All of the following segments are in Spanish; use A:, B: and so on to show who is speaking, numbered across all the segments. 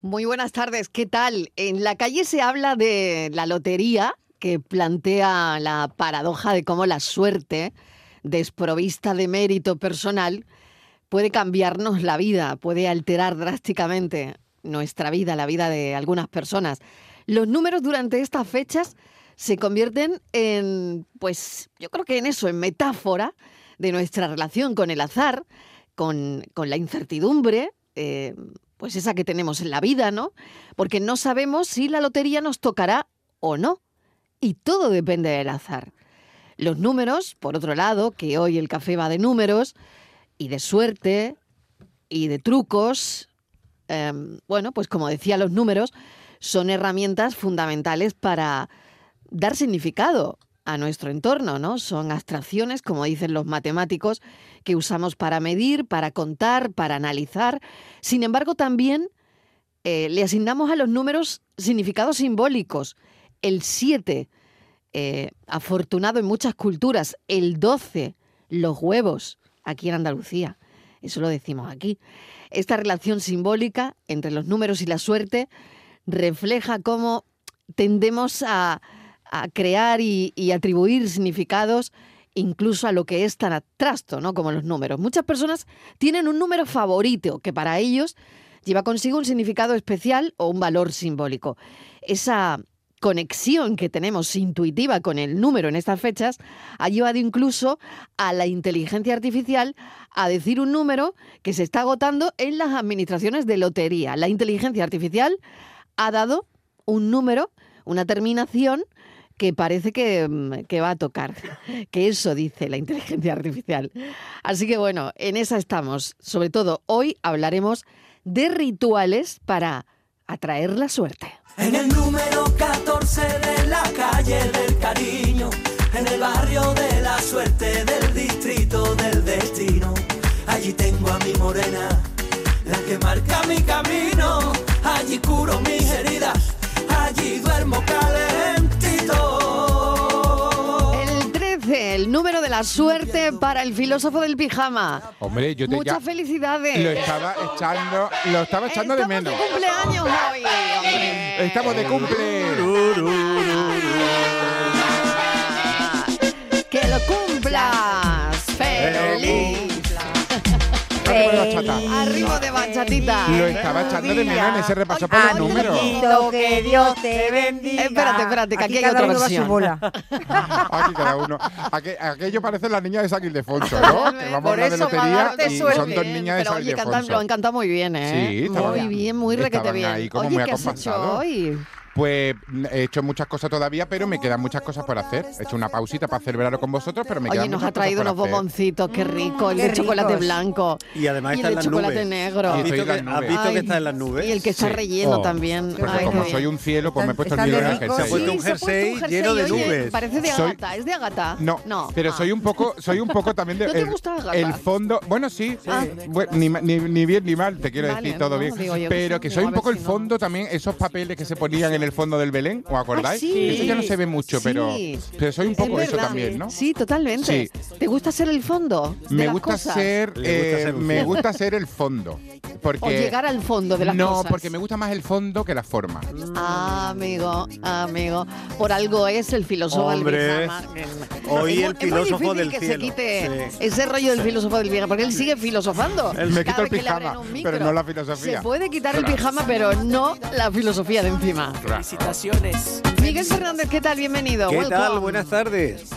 A: Muy buenas tardes, ¿qué tal? En la calle se habla de la lotería que plantea la paradoja de cómo la suerte, desprovista de mérito personal, puede cambiarnos la vida, puede alterar drásticamente nuestra vida, la vida de algunas personas. Los números durante estas fechas se convierten en, pues yo creo que en eso, en metáfora de nuestra relación con el azar, con, con la incertidumbre. eh, pues esa que tenemos en la vida, ¿no? Porque no sabemos si la lotería nos tocará o no. Y todo depende del azar. Los números, por otro lado, que hoy el café va de números y de suerte y de trucos, eh, bueno, pues como decía, los números son herramientas fundamentales para dar significado a nuestro entorno, ¿no? Son abstracciones, como dicen los matemáticos, que usamos para medir, para contar, para analizar. Sin embargo, también eh, le asignamos a los números significados simbólicos. El 7, eh, afortunado en muchas culturas. El 12, los huevos, aquí en Andalucía. Eso lo decimos aquí. Esta relación simbólica entre los números y la suerte refleja cómo tendemos a, a crear y, y atribuir significados incluso a lo que es tan atrasto, ¿no? Como los números. Muchas personas tienen un número favorito que para ellos lleva consigo un significado especial o un valor simbólico. Esa conexión que tenemos intuitiva con el número en estas fechas ha llevado incluso a la inteligencia artificial a decir un número que se está agotando en las administraciones de lotería. La inteligencia artificial ha dado un número, una terminación que parece que, mm, que va a tocar, que eso dice la inteligencia artificial. Así que bueno, en esa estamos. Sobre todo hoy hablaremos de rituales para atraer la suerte.
B: En el número 14 de la calle del cariño, en el barrio de la suerte del distrito del destino. Allí tengo a mi morena, la que marca mi camino. Allí curo mis heridas, allí duermo calentito.
A: El 13, el número de la suerte para el filósofo del pijama.
C: Hombre, yo te
A: Muchas
C: ya
A: felicidades.
C: lo estaba echando, lo estaba echando de menos.
A: Estamos de cumpleaños hoy. hombre.
C: Estamos de cumple.
A: Que lo cumplas. Feliz.
C: Arriba la bachata.
A: Arriba de bachatita.
C: Lo estaba echando de menos en ese repaso por los números.
D: Amiguito, que Dios te bendiga.
A: Eh, Espérate, espérate, que aquí hay
D: cada
A: otra
D: uno va a
A: versión.
D: su bola.
C: Aquí cada uno. Aqu- aquello parece la niña de San Ildefonso, ¿no? Que vamos a
A: Por
C: hablar de
A: eso va a
C: lotería
A: darte
C: y
A: suerte.
C: son dos niñas de
A: Pero
C: San
A: oye, cantan-
C: Ildefonso.
A: lo han cantado muy bien, ¿eh?
C: Sí, estaban-
A: muy bien, muy requete
C: estaban
A: bien.
C: ahí como
A: oye,
C: muy
A: ¿qué has hecho
C: acompasados.
A: hoy?
C: Pues mm, he hecho muchas cosas todavía, pero me quedan muchas cosas por hacer. He hecho una pausita para celebrarlo con vosotros, pero me quedan
A: Oye, nos
C: muchas
A: ha traído
C: cosas
A: unos
C: por hacer.
A: bomboncitos, Mm, qué rico. El
D: qué
A: de chocolate
D: ricos.
A: blanco.
E: Y además
A: y
E: está en
A: el de
E: las
A: chocolate
E: nubes.
A: negro.
C: Y
E: ¿Has
C: estoy
E: visto,
C: en
E: que,
C: las
E: has
C: nubes.
E: visto que
A: Ay,
E: está en las nubes?
A: Y el que está
C: Sí.
A: relleno
C: Oh,
A: también.
C: Porque
A: Ay,
C: como
A: qué
C: soy
A: bien.
C: un cielo, pues me he puesto el
D: Están
C: miedo
D: de
C: en el
D: rico,
C: jersey.
E: Se ha puesto
A: Sí,
E: un
A: se ha puesto
E: jersey lleno de
A: oye,
E: nubes.
A: Parece de
C: Soy-
A: Agata, es de Agata.
C: No, pero
A: Ah.
C: soy un poco, soy un poco también de.
A: ¿No te
C: el-
A: gusta Agatha?
C: El fondo, bueno sí,
A: Ah.
C: bu- ni, ma- ni- ni bien ni mal, te quiero
A: Vale,
C: decir todo
A: no,
C: bien.
A: digo yo que
C: Pero
A: sí,
C: que
A: digo,
C: soy
A: a
C: un
A: ver
C: poco el
A: si no. Ah,
C: fondo también, esos papeles que se ponían en el fondo del Belén, ¿os acordáis?
A: sí.
C: Eso ya no se ve mucho,
A: Sí.
C: pero, pero soy un
A: Es
C: poco eso
A: verdad.
C: también, ¿no?
A: Sí, totalmente. ¿Te gusta ser el fondo? de
C: Me
A: las
C: gusta
A: cosas?
C: ser,
E: Le gusta
C: eh,
E: ser un
C: me
E: ciego.
C: gusta ser el fondo, porque
A: O llegar al fondo de las
C: no,
A: cosas.
C: porque me gusta más el fondo que la forma.
A: Ah, amigo, amigo. Por algo es el filósofo del
E: Hombre.
A: Vietnam.
E: Hoy
A: Es
E: el
A: muy-
E: filósofo
A: es muy difícil
E: del
A: que
E: cielo.
A: se quite
E: Sí.
A: ese rollo del filósofo del Vietnam, porque él sigue filosofando.
C: Él me
A: Cada
C: quita el
A: vez que le abren
C: pijama,
A: un micro.
C: pero no la filosofía.
A: Se puede quitar el
C: Claro.
A: pijama, pero no la filosofía de encima.
B: Felicitaciones.
A: Miguel Fernández, ¿qué tal? Bienvenido.
E: ¿Qué tal?
A: Welcome.
E: Buenas tardes.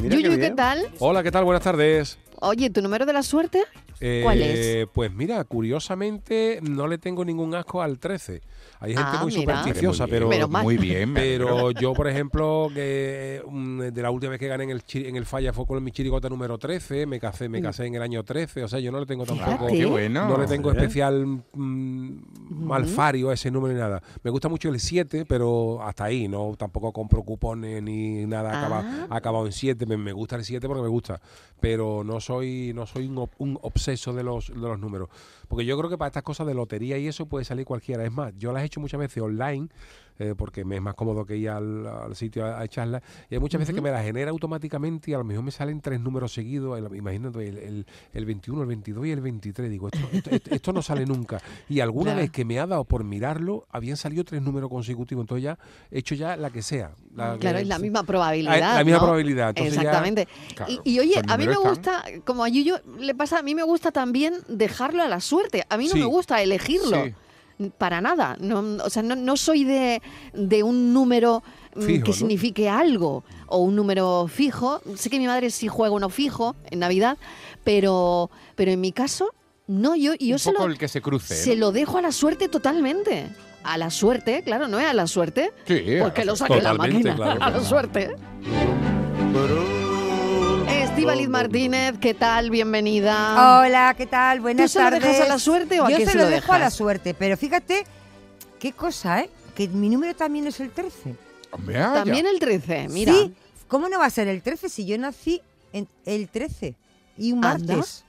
E: Mira
A: Yuyu, ¿qué
E: bien.
A: tal?
F: Hola, ¿qué tal? Buenas tardes.
A: Oye, ¿tu número de la suerte?
F: Eh,
A: ¿Cuál es?
F: Pues mira, curiosamente no le tengo ningún asco al 13. Hay gente
A: Ah,
F: muy
A: mira.
F: supersticiosa,
C: Hombre,
F: pero,
C: muy bien,
A: Menos mal.
C: muy bien, me alegro.
F: pero yo, por ejemplo, que mm, de la última vez que gané en el, chi- en el falla fue con mi chirigota número 13, me casé, me casé en el año 13, o sea, yo no le tengo tampoco...
A: Fíjate.
C: Ah, qué bueno.
F: No le tengo
E: Hombre.
F: especial mm, malfario a ese número ni nada. Me gusta mucho el 7, pero hasta ahí, no tampoco compro cupones ni nada
A: Ah.
F: acaba- acabado en 7. Me, me gusta el 7 porque me gusta, pero no soy no soy un, ob- un obseso de los, de los números. Porque yo creo que para estas cosas de lotería y eso puede salir cualquiera. Es más, yo las he hecho muchas veces online eh, porque me es más cómodo que ir al, al sitio a, a echarla. Y hay muchas veces que me la genera automáticamente y a lo mejor me salen tres números seguidos, el- imagínate el, el- el 21, el 22 y el 23. Digo, esto, esto- esto- esto no sale nunca. Y alguna
A: Claro.
F: vez que me ha dado por mirarlo, habían salido tres números consecutivos. Entonces ya he hecho ya la que sea. Ah, la
A: Claro,
F: que-
A: es la misma probabilidad.
F: La misma
A: ¿no?
F: probabilidad. Entonces ya- pues
A: Exactamente.
C: Claro,
A: y, y oye,
C: los
A: a mí me
C: números están.
A: gusta, como a Yuyo le pasa, a mí me gusta también dejarlo a la suerte. A mí no
F: Sí.
A: me gusta elegirlo.
C: Sí.
A: Para nada. No, o sea, no, no soy de, de un número mm,
F: Fijo,
A: que
F: ¿no?
A: signifique algo o un número fijo. Sé que mi madre sí juega uno fijo en Navidad, pero, pero en mi caso, no, yo, yo
C: un
A: se
C: poco
A: lo-
C: el que se cruce. ¿no?
A: se lo dejo a la suerte totalmente. A la suerte, claro, no es a la suerte.
C: Sí,
A: Porque lo saque la
F: Totalmente,
A: máquina.
F: claro,
A: a la
F: claro.
A: suerte. Estivaliz Martínez, ¿qué tal? Bienvenida.
D: Hola, ¿qué tal? Buenas
A: se lo
D: tardes.
A: dejas a la suerte o a
D: Yo
A: quién
D: se
A: se
D: lo,
A: lo
D: dejo a la
A: dejas?
D: suerte, pero fíjate qué cosa, ¿eh? Que mi número también es el 13.
C: Hombre, ah, ya.
A: También el 13, mira.
D: Sí, ¿cómo no va a ser el 13 si yo nací en el 13 y un
A: Anda.
D: martes?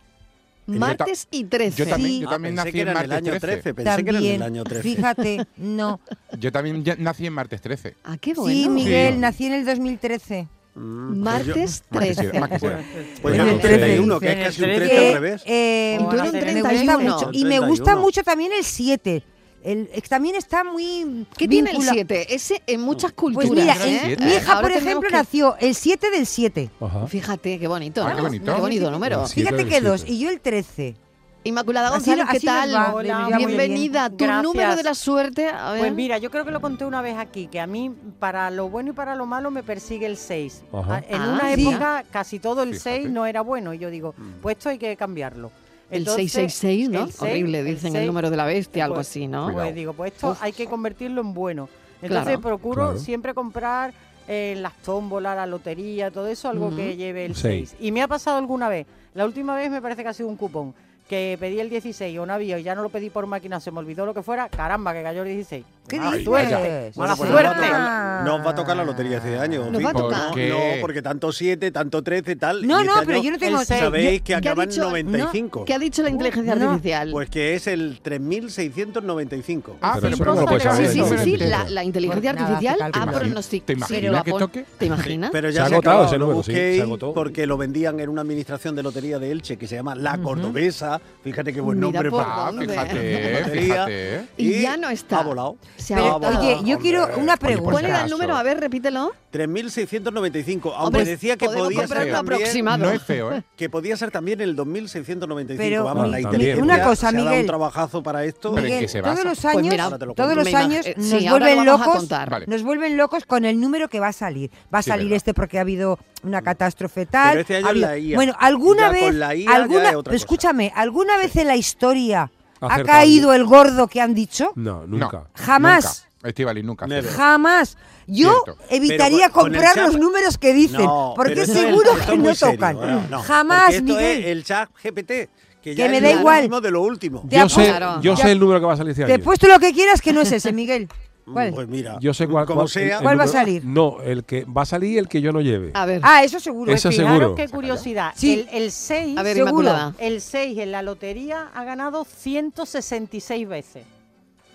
A: Martes y
C: Yo
A: 13.
C: también,
D: Sí.
C: yo
E: Ah,
C: también
E: pensé
C: nací
E: que
C: en
E: era en el
C: martes 13.
E: año 13. Pensé
D: También,
E: que era en el año 13.
D: fíjate, no.
C: Yo también ya nací en martes 13.
A: Ah, qué bueno.
D: Sí, Miguel,
C: Sí.
D: nací en el 2013.
E: Mm, pues yo-
A: Martes
C: Más quisiera,
A: 13.
C: más quisiera.
E: Pues
F: Bueno,
E: yo un
F: entonces-
E: 31, que es casi un 13
D: Que,
E: al revés.
D: eh,
A: Y tú eres un
D: me
A: 31.
D: gusta mucho. Y me
E: 31.
D: gusta mucho también el 7. El, eh, también está muy.
A: ¿Qué tiene el
D: vincula-
A: 7? Ese en muchas culturas.
D: Pues mira,
C: Gran
A: ¿eh?
D: en-
C: siete.
D: mi hija,
A: Ahora
D: por
A: tenemos
D: ejemplo,
A: que-
D: nació el 7 del 7.
F: Ajá.
A: Fíjate, qué bonito.
C: Ah, qué
A: ¿no?
C: bonito.
A: Qué bonito número.
F: Sí.
D: Fíjate
F: del
D: que dos,
F: siete.
D: y yo el 13.
A: Inmaculada
D: Así lo-
A: González, ¿qué
D: así nos va.
A: tal?
G: Hola,
D: muy bien.
A: Bienvenida. Tu
G: Gracias.
A: número de la suerte. A ver.
G: Pues mira, yo creo que lo conté una vez aquí, que a mí para lo bueno y para lo malo me persigue el 6.
F: Ajá.
G: En
A: Ah,
G: una
A: sí.
G: época casi todo el
C: Fíjate.
G: 6 no era bueno y yo digo, pues esto hay que cambiarlo.
A: el
G: Entonces,
A: 666, ¿no?
G: el seis-
A: Horrible, dicen el,
G: seis,
A: número de la bestia, Este, algo
G: pues,
A: así, ¿no?
G: Pues
C: Cuidado.
G: digo, pues esto
A: Uf.
G: hay que convertirlo en bueno. Entonces
A: Claro.
G: procuro
F: Claro.
G: siempre comprar eh, las tómbolas, la lotería, todo eso, algo
A: Ujú.
G: que lleve el
F: Seis.
G: 6. Y me ha pasado alguna vez, la última vez me parece que ha sido un cupón, que pedí el 16 o un avión y ya no lo pedí por máquina, se me olvidó lo que fuera, caramba, que cayó el 16.
D: ¿Qué
G: Mala
D: dices?
G: suerte,
E: Bueno,
G: mala
E: pues
G: suerte.
E: No, os va a tocar la- no os va a tocar la lotería este año.
A: Nos va a
E: fijo.
A: tocar.
E: No,
C: ¿Por qué?
E: No, porque tanto 7, tanto 13, tal.
D: No,
E: y
D: no,
E: este
D: pero
E: año
D: yo no tengo.
G: el seis.
E: Sabéis que
A: Yo- ¿qué ha
E: acaba en
A: dicho?
E: 95.
A: ¿Qué ha dicho la inteligencia
D: no.
A: artificial?
E: Pues que es el 3695.
C: Ah,
F: Pero
C: pero,
F: eso
C: pero
F: no lo puedes
A: Sí,
F: saber.
A: sí, sí,
F: no,
A: sí,
F: no, no.
A: La, ah, la inteligencia
D: Nada,
A: artificial
D: te
A: ha
D: calcula.
A: pronosticado.
C: ¿Te imaginas que toque?
A: ¿Te imaginas?
E: Pero
F: Se
E: ya
F: ha
E: se,
F: agotado
E: acabó,
F: ese
E: lo
F: número, sí,
E: busqué
F: se agotó.
E: porque lo vendían en una administración de lotería de Elche que se llama La Cordobesa. Fíjate qué buen
A: Mira
E: nombre
A: por
E: para
C: Ah,
A: dónde.
C: fíjate,
E: Lotería.
C: fíjate.
A: Y ya no está.
E: Ha volado.
A: Se ha
D: Pero,
A: agotado.
D: oye, yo quiero
F: Hombre,
D: una
F: oye,
D: pregunta.
A: ¿Cuál era el
F: Caso.
A: número? A ver, repítelo.
E: 3695, aunque
A: Hombre,
E: decía que
A: podemos
E: podía
A: comprar
E: ser
A: uno
E: también
A: aproximado.
C: No es feo, ¿eh?
E: que podía ser también el 2695,
D: Pero,
E: vamos,
F: mi-
E: la
F: mi-
E: inteligencia
F: una
D: cosa,
E: se ha dado
D: Miguel.
E: un trabajazo para esto.
C: Pero ¿en qué
D: Miguel,
C: se
D: todos
C: basa?
D: los
A: Pues
D: años,
A: mira,
E: Ahora te lo
D: todos
E: cuento.
D: los
A: Me imag-
D: años
A: eh, sí,
D: nos
A: ahora
D: vuelven
A: lo vamos a
D: locos,
A: contar.
C: Vale.
D: nos vuelven locos con el número que va a salir. Va a
C: Sí,
D: salir
C: verdad.
D: este porque ha habido una catástrofe tal.
E: Mm. Pero este año
D: ha habido-
E: la IA.
D: Bueno, alguna
E: Ya
D: vez,
E: con la IA ya es
D: alguna,
E: otra
D: pero
E: cosa.
D: escúchame, alguna vez en la historia ha
F: Acertado.
D: caído el gordo que han dicho.
F: No, nunca.
D: Jamás.
C: Nunca. Estivali, nunca.
E: Never.
D: Jamás. Yo
C: Cierto.
D: evitaría
E: Pero con- con el
D: comprar
E: chat-
D: los números que dicen,
E: No, pero
D: porque
E: esto es-
D: seguro
E: esto
D: que
E: es
D: no
E: muy serio,
D: tocan.
F: ¿eh?
E: no, no,
D: Jamás,
E: porque esto
D: Miguel.
E: es el chat GPT, que ya
D: Que me
E: es
D: da
E: lo
D: igual.
E: último de lo último.
D: Te
F: Yo sé,
A: apuntaron.
F: yo
D: Te
F: sé el número que va a salir este
D: Te he
F: año.
D: puesto lo que quieras que no es ese, Miguel. ¿Cuál?
E: Pues mira,
F: Yo sé cuál,
E: como
F: cuál-
E: sea,
F: el
D: ¿Cuál va a
F: número-
D: salir?
F: No, el que va a salir el que yo no lleve.
A: A ver,
D: Ah, eso seguro.
F: Ese
D: sí.
F: seguro.
G: Fijaros qué curiosidad.
D: Sí.
G: El, el 6,
A: a ver,
D: seguro.
A: Inmaculada.
G: el 6 en la lotería ha ganado 166 veces.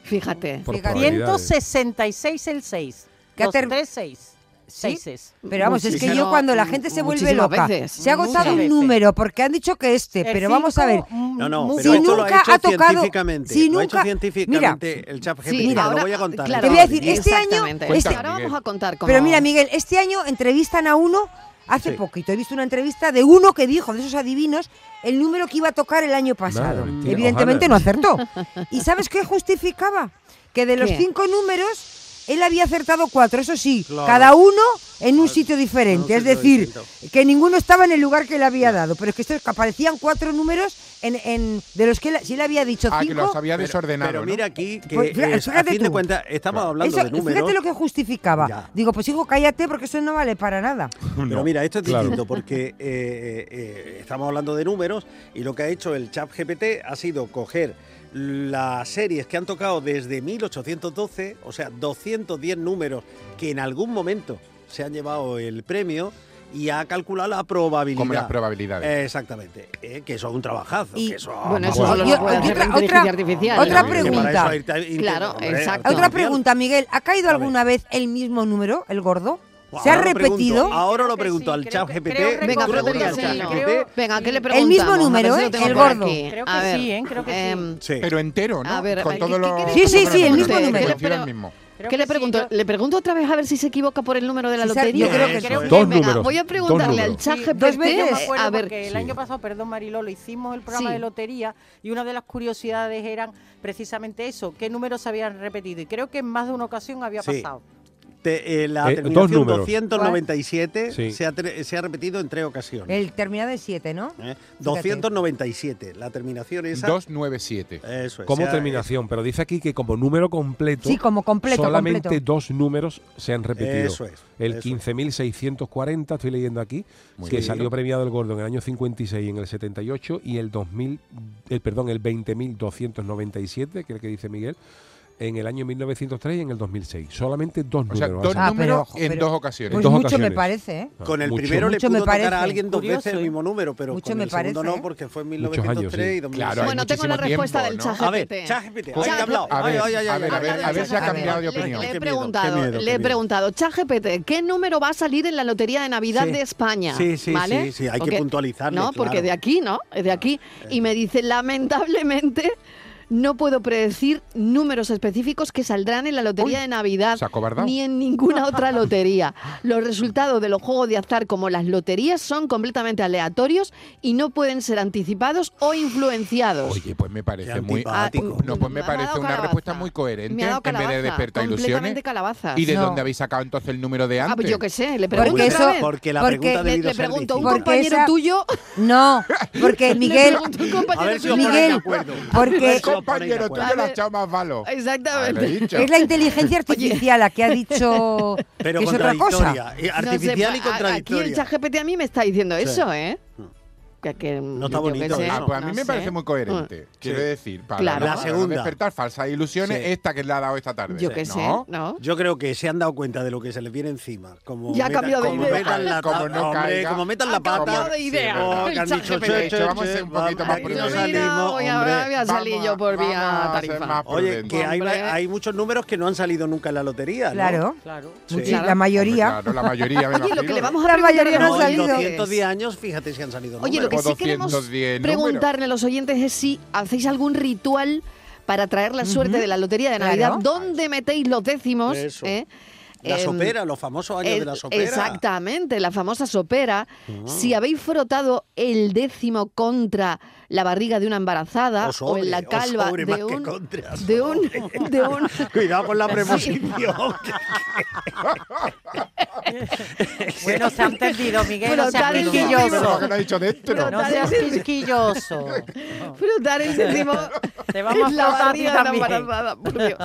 A: Fíjate.
F: Por
D: Fíjate.
F: probabilidades.
G: 166 el 6.
D: Que
G: Los
D: ater-
G: tres 6.
D: ¿Sí?
G: Seises.
D: Pero vamos, es que
A: Muchísimo-
D: yo cuando la gente se vuelve
A: muchísimas
D: loca,
A: veces.
D: se ha agotado
G: Muchas
D: un
G: veces.
D: número porque han dicho que este,
G: El
D: pero vamos a ver.
G: cinco, mm,
E: No, no,
G: muy
E: pero
D: Si
E: esto lo ha
D: nunca
E: hecho
D: ha tocado-
E: científicamente.
D: si
E: lo ha hecho
D: nunca-
E: científicamente el chat GPT.
A: Sí,
E: mira,
A: ahora-
E: lo voy a contar. ¿eh?
A: claro,
D: Te voy a decir, este
A: exactamente.
D: año-
A: Este-
C: Cuenta,
A: ahora vamos
C: Miguel.
A: a contar cómo.
D: Pero mira, Miguel, este año entrevistan a uno, hace
E: Sí.
D: poquito he visto una entrevista de uno que dijo, de esos adivinos, el número que iba a tocar el año pasado.
F: Madre mía,
D: Evidentemente
F: ojalá.
D: no acertó. ¿Y sabes qué justificaba? Que de los
A: ¿Qué?
D: cinco números, él había acertado cuatro, eso sí,
E: Claro.
D: cada uno en un sitio diferente.
E: en un
D: es
E: sitio
D: decir,
E: distinto.
D: que ninguno estaba en el lugar que le había dado, pero es que estos aparecían cuatro números en, en- de los que él- si le había dicho
C: Ah, que
D: cinco.
C: los había desordenado.
E: Pero
C: ¿no?
E: mira aquí, que
D: Pues, fíjate-
E: es, a
D: fíjate
E: fin de
D: tú.
E: cuentas, estamos hablando
D: Eso-
E: de números.
D: fíjate lo que justificaba.
E: Ya.
D: Digo, pues hijo, cállate porque eso no vale para nada.
E: Pero
F: No,
E: mira, esto es
F: claro.
E: distinto porque eh, eh, eh, estamos hablando de números y lo que ha hecho el chat GPT ha sido coger las series que han tocado desde 1812, o sea, 210 números que en algún momento se han llevado el premio y ha calculado la probabilidad.
C: Como las probabilidades.
E: Eh, exactamente. Eh, que eso es un trabajazo.
D: Y-
E: que eso,
A: Bueno, eso
E: vamos,
A: solo
D: yo-
A: lo puede
D: yo
A: hacer
D: otra-
A: la inteligencia
D: otra-
A: artificial.
D: otra
A: ¿no?
E: que para
D: pregunta.
E: eso irte- irte-
A: Claro,
E: hombre,
A: exacto.
E: artificial.
D: Otra pregunta, Miguel. ¿Ha caído
E: A ver.
D: alguna vez el mismo número, el gordo? ¿Se
E: Ahora
D: ha
E: lo pregunto,
D: repetido?
E: ahora lo
G: Creo que
E: pregunto
G: sí,
E: al
G: creo
E: chat
G: que-
E: GPT.
G: creo
E: ¿Tú
A: Venga,
E: le
A: Pedro,
E: preguntas al
A: sí,
E: chat
A: creo-
E: GPT?
A: Venga, ¿qué le
D: El
A: preguntamos?
D: mismo
A: A ver
D: número,
A: si lo
D: ¿eh?
A: tengo
D: El
A: por
D: gordo.
A: aquí.
G: Creo
A: A
G: que
A: ver,
G: sí, ¿eh? Creo que sí.
A: em,
E: Sí.
C: Pero entero, ¿no?
A: A ver,
C: con
A: ¿qué-
C: todos
A: qué
C: los.
A: quieres
D: Sí, sí,
C: con
D: sí, el
C: los
D: mismo
C: números,
D: número.
C: coincido
A: Pero-
C: el mismo.
A: ¿Qué
G: Creo que
A: le
G: sí,
A: pregunto?
G: yo-
A: ¿Le pregunto otra vez a ver si se equivoca por el número de la
D: Sí, sabe-
A: lotería?
D: yo creo que
G: Creo sí. que-
F: Eh, Dos
A: Venga,
F: números,
A: Voy a
F: dos
A: preguntarle al
F: números.
A: chat
D: Sí,
A: GPT,
D: dos
G: Yo me
D: veces.
A: a
G: acuerdo
A: ver,
G: porque el
F: Sí.
G: año pasado, perdón Mariló, lo hicimos el programa
A: Sí.
G: de lotería y una de las curiosidades eran precisamente eso, qué números se habían repetido y creo que en más de una ocasión había
E: Sí.
G: pasado.
E: Te- eh, la
F: Eh,
E: terminación
F: dos números.
E: 297
F: Sí.
E: se, ha, tre- se ha repetido en tres ocasiones.
D: El terminado de 7, ¿no?
E: ¿eh? 297, la terminación esa.
C: 297.
E: Eso es, eh,
F: Como
E: se ha-
F: terminación, pero dice aquí que como número completo,
D: Sí, como completo,
F: solamente
D: completo.
F: dos números se han repetido.
E: Eso es,
F: El
E: eso es.
F: 15.640, estoy leyendo aquí,
C: Muy
F: que
C: bien.
F: salió premiado el gordo en el año 56 y en el 78 y el 2000, el, perdón, el 20.297, que es el que dice Miguel, en el año 1903 y en el 2006. Solamente dos
C: O sea,
F: números.
C: dos
F: han
D: Ah,
C: números
D: pero-
C: en
D: pero-
C: dos ocasiones.
D: Pues
F: dos
D: mucho me
F: ocasiones.
D: parece, ¿eh?
F: salido.
E: Con el
F: Mucho,
E: primero
D: mucho
E: le
D: me
E: pudo tocar
D: parece.
E: a alguien dos
G: Curioso,
E: veces el
G: ¿eh?
E: mismo número, pero
D: Mucho
E: con
D: me
E: el segundo
D: parece, ¿eh?
E: no, porque fue en
F: Muchos años,
E: 1903
F: sí.
E: y 2006.
C: Claro, hay
A: Bueno, tengo la
C: muchísimo
A: respuesta
C: tiempo,
A: del
C: ¿no?
A: chat
E: A ver,
A: GPT.
E: ChatGPT,
A: Chat-
E: ay, que ha hablado.
C: A
E: Ay,
C: ver,
E: ay, ay,
C: a
E: ay,
C: ver,
E: ay,
C: a ver,
E: ay,
C: a ver
E: ay,
C: si ha
E: ay, ay,
C: cambiado
E: ay,
C: de
E: ay,
C: opinión.
E: qué
A: Le,
E: miedo,
A: he
E: qué
A: preguntado,
E: miedo.
A: le he preguntado, ChatGPT, ¿qué número va a salir en la lotería de Navidad
E: Sí.
A: de España?
E: Sí, sí,
A: ¿Vale?
E: sí, sí, hay que
A: Porque-
E: puntualizarle,
A: No, porque
E: claro. Eh.
A: de aquí, ¿no? Es de aquí. Y me dice, lamentablemente, no puedo predecir números específicos que saldrán en la lotería de Navidad
C: se ha acobardado.
A: ni en ninguna otra lotería. Los resultados de los juegos de azar como las loterías son completamente aleatorios y no pueden ser anticipados o influenciados.
C: Oye, pues me parece
E: Qué
C: muy.
E: antipático. Ático.
A: m-
C: No, pues me
A: ha
C: parece
A: dado
C: una
A: calabaza.
C: respuesta muy coherente,
A: Me ha dado
C: en vez de
A: calabaza,
C: despertar
A: completamente
C: ilusiones.
A: calabazas.
C: ¿Y de
D: No.
C: dónde habéis sacado entonces el número de
A: Ah,
C: antes?
A: pues yo qué sé, le
D: Porque
A: pregunto otra
D: eso-
A: vez.
E: Porque la
D: porque
E: pregunta ha
A: Le,
E: debido
A: le
E: ser
A: pregunto a un
E: distinta.
D: Porque
A: compañero
D: esa-
A: tuyo.
D: No, porque
A: le
D: Miguel,
A: pregunto a un
E: A
A: compañero
E: ver si
A: tuyo.
E: os ponéis de
D: Miguel,
E: acuerdo.
D: porque-
E: A ver si os ponéis
C: Este
E: de
C: Compañero, tú
E: acuerdo.
A: A
C: yo le has
A: ver.
C: echado más balo. Ah, le he
A: Exactamente.
C: dicho.
D: es la inteligencia artificial la que ha dicho
E: Pero
D: que es otra
E: contradictoria.
D: cosa.
E: eh,
A: No sé,
E: Artificial y
A: pa- a- Aquí el
E: contradictoria.
A: ChatGPT a mí me está diciendo
E: Sí.
A: eso, ¿eh? Que, que- yo
E: está
A: qué
E: bonito
A: sé,
E: eso.
C: Ah, pues a mí
A: no
C: me
A: sé.
C: parece muy coherente. Quiero
E: Sí.
C: decir, para
A: Claro.
C: no-
A: La
C: para no
E: segunda.
C: despertar falsas ilusiones,
E: Sí.
C: esta que le ha dado esta tarde.
A: Yo qué
C: ¿No?
A: sé, ¿no?
E: Yo creo que se han dado cuenta de lo que se les viene encima. Como
A: Ya ha
E: metan-
A: cambiado de
E: como
A: idea.
E: metan la
C: Como
E: ta-
C: no
E: hombre,
C: caiga. Ah,
E: como metan
A: Ha
E: la pata.
A: cambiado de idea.
E: o
A: El
E: que han
A: chat
E: dicho,
A: GPT.
E: che, che,
C: Vamos a
E: che,
C: ser un poquito
E: va-
C: más
E: aquí no
A: Yo,
C: prudentes.
A: mira,
E: salimos,
A: voy,
E: hombre.
A: a, voy a salir
C: Vamos a-
A: yo por vía
C: vamos a ser
A: tarifa.
C: más-
E: Oye,
C: prudente.
E: que hay,
A: Hombre.
E: hay muchos números que no han salido nunca en la lotería. ¿no?
D: Claro,
G: Claro.
E: Sí.
D: muchi-
A: Claro.
D: la mayoría.
C: Hombre, claro, la mayoría. me
A: Oye, lo que
C: imagino.
A: le vamos a
D: La
A: preguntar
D: mayoría
A: a
D: no
A: los
D: ha
E: No, en
D: salido.
A: oyentes-
E: 210 años, fíjate si han salido.
A: Oye, lo que
E: números.
A: sí queremos
C: 210 números.
A: preguntarle a los oyentes es si hacéis algún ritual para traer la suerte de la lotería de
D: Claro.
A: Navidad. ¿Dónde metéis los décimos?
E: Eso.
A: eh?
E: La
A: Em,
E: sopera, los famosos años de la
A: Es-
E: sopera. Ah.
A: Exactamente, la famosa sopera. Si habéis frotado el décimo contra la barriga de una embarazada
E: O
A: Ah, o,
E: sobre,
A: en la
E: o
A: calva
E: sobre más
A: de,
E: que
A: un,
E: contra,
A: de un de un
E: Cuidado con la preposición.
G: Bueno, se ha entendido, Miguel, no seas
A: Frotar el
C: Pero
G: quisquilloso.
C: lo que no ha dicho dentro.
G: No seas quisquilloso.
A: frotar el décimo
G: Te vamos a
A: en la
G: frotar a
A: barriga
G: ti
A: de una
G: también.
A: embarazada, por Dios.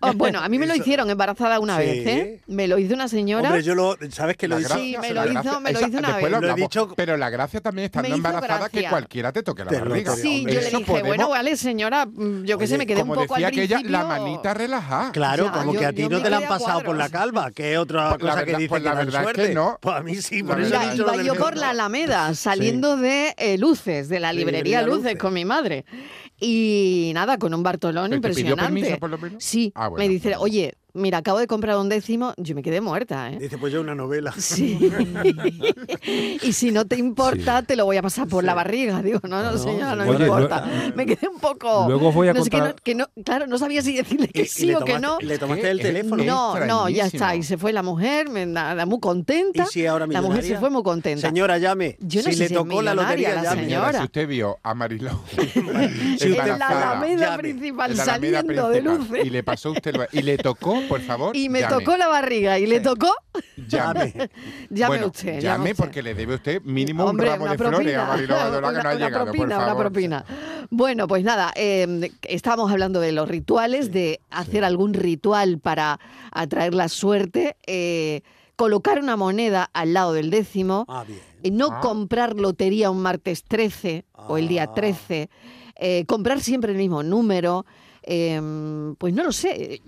A: Oh, bueno, a mí me lo hicieron embarazada una
E: Sí.
A: vez, ¿eh? Me lo hizo una señora.
E: Hombre, yo lo. ¿Sabes que lo
C: La
E: hice?
A: Sí,
C: gracia,
A: me
C: la
A: lo hizo-
C: gracia.
A: me lo
C: Esa-
A: hizo una
C: después
A: vez.
E: Lo he
C: hablamos.
E: dicho-
C: pero la gracia también estando
A: Me hizo
C: embarazada que
A: gracia.
C: cualquiera te toque la
E: Te lo
C: barriga.
E: toque,
A: Sí,
E: hombre,
A: yo le
C: Eso
A: dije,
C: podemos-
A: bueno, vale, señora, mm, yo qué sé,
E: Oye,
A: me quedé un
C: Como
A: poco
C: decía
A: al
C: aquella,
A: principio.
C: la manita relajada.
E: Claro,
A: Ya,
E: como
A: yo-
E: que a ti
A: yo
E: no
A: me
E: te la
A: quedé
E: han
A: a
E: pasado por la
A: cuadros.
E: calva, que es otra
C: Pues la
E: cosa que
C: verdad-
E: dicen
C: pues la
E: que dan
C: verdad es que
E: suerte.
C: no.
E: Pues a mí sí,
C: La
E: por eso
C: verdad-
E: he
A: La-
E: dicho lo
A: iba
E: del
A: yo por
E: ejemplo.
A: la Alameda, saliendo de eh, Luces, de la
E: De
A: librería
E: librería
A: Luces,
E: Luces.
A: con mi madre. Y nada, con un Bartolón
C: ¿Pero te pidió
A: impresionante.
C: permiso, por lo menos?
A: Sí,
C: Ah, bueno.
A: me dice, oye, mira, acabo de comprar un décimo, yo me quedé muerta, ¿eh?
E: Dice, pues yo una novela.
A: Sí. y si no te importa, te lo voy a pasar por la barriga. Digo, no, no, señora, no me
F: Oye, lo-
A: importa. me quedé un poco.
F: Luego os voy a
A: no sé, que
F: contar-
A: no- que no- claro, no sabía si decirle
E: Y-
A: que
E: y
A: sí
E: le
A: o que
E: tomaste-
A: no.
E: Le tomaste el
C: Es que-
E: teléfono.
A: No, no, ya está. Y
C: extrañísimo.
A: se fue la mujer, me nada, muy contenta.
E: ¿Y si ahora
A: la mujer se
E: millonaria?
A: fue muy contenta.
E: Señora, llame.
A: Yo no
E: si
A: sé
E: le
A: si es
E: tocó la
A: millonaria
E: lotería,
A: la
E: llame.
A: señora.
C: Si usted vio a Mariló
E: Sí,
A: en la
E: embarazada.
A: Alameda
E: Llame.
A: principal,
C: en la Alameda
A: saliendo de
C: principal,
A: luces.
C: Y le pasó usted lo- y le tocó, por favor.
A: Y me
C: llame.
A: tocó la barriga y le tocó,
C: llame.
A: llame
C: Bueno,
A: usted.
C: Llame
A: usted.
C: porque le debe usted mínimo
A: Hombre,
C: un ramo
A: una
C: de
A: propina,
C: flores a Mariló Badolá, que no ha
A: una
C: llegado, por
A: propina, una
C: favor.
A: propina. Bueno, pues nada, eh, estábamos hablando de los rituales, de hacer algún ritual para atraer la suerte, eh, colocar una moneda al lado del décimo.
E: Ah, bien.
A: Eh, no
C: Ah.
A: comprar lotería un martes 13 o el día
E: Ah.
A: 13, eh, comprar siempre el mismo número, eh, pues no lo sé.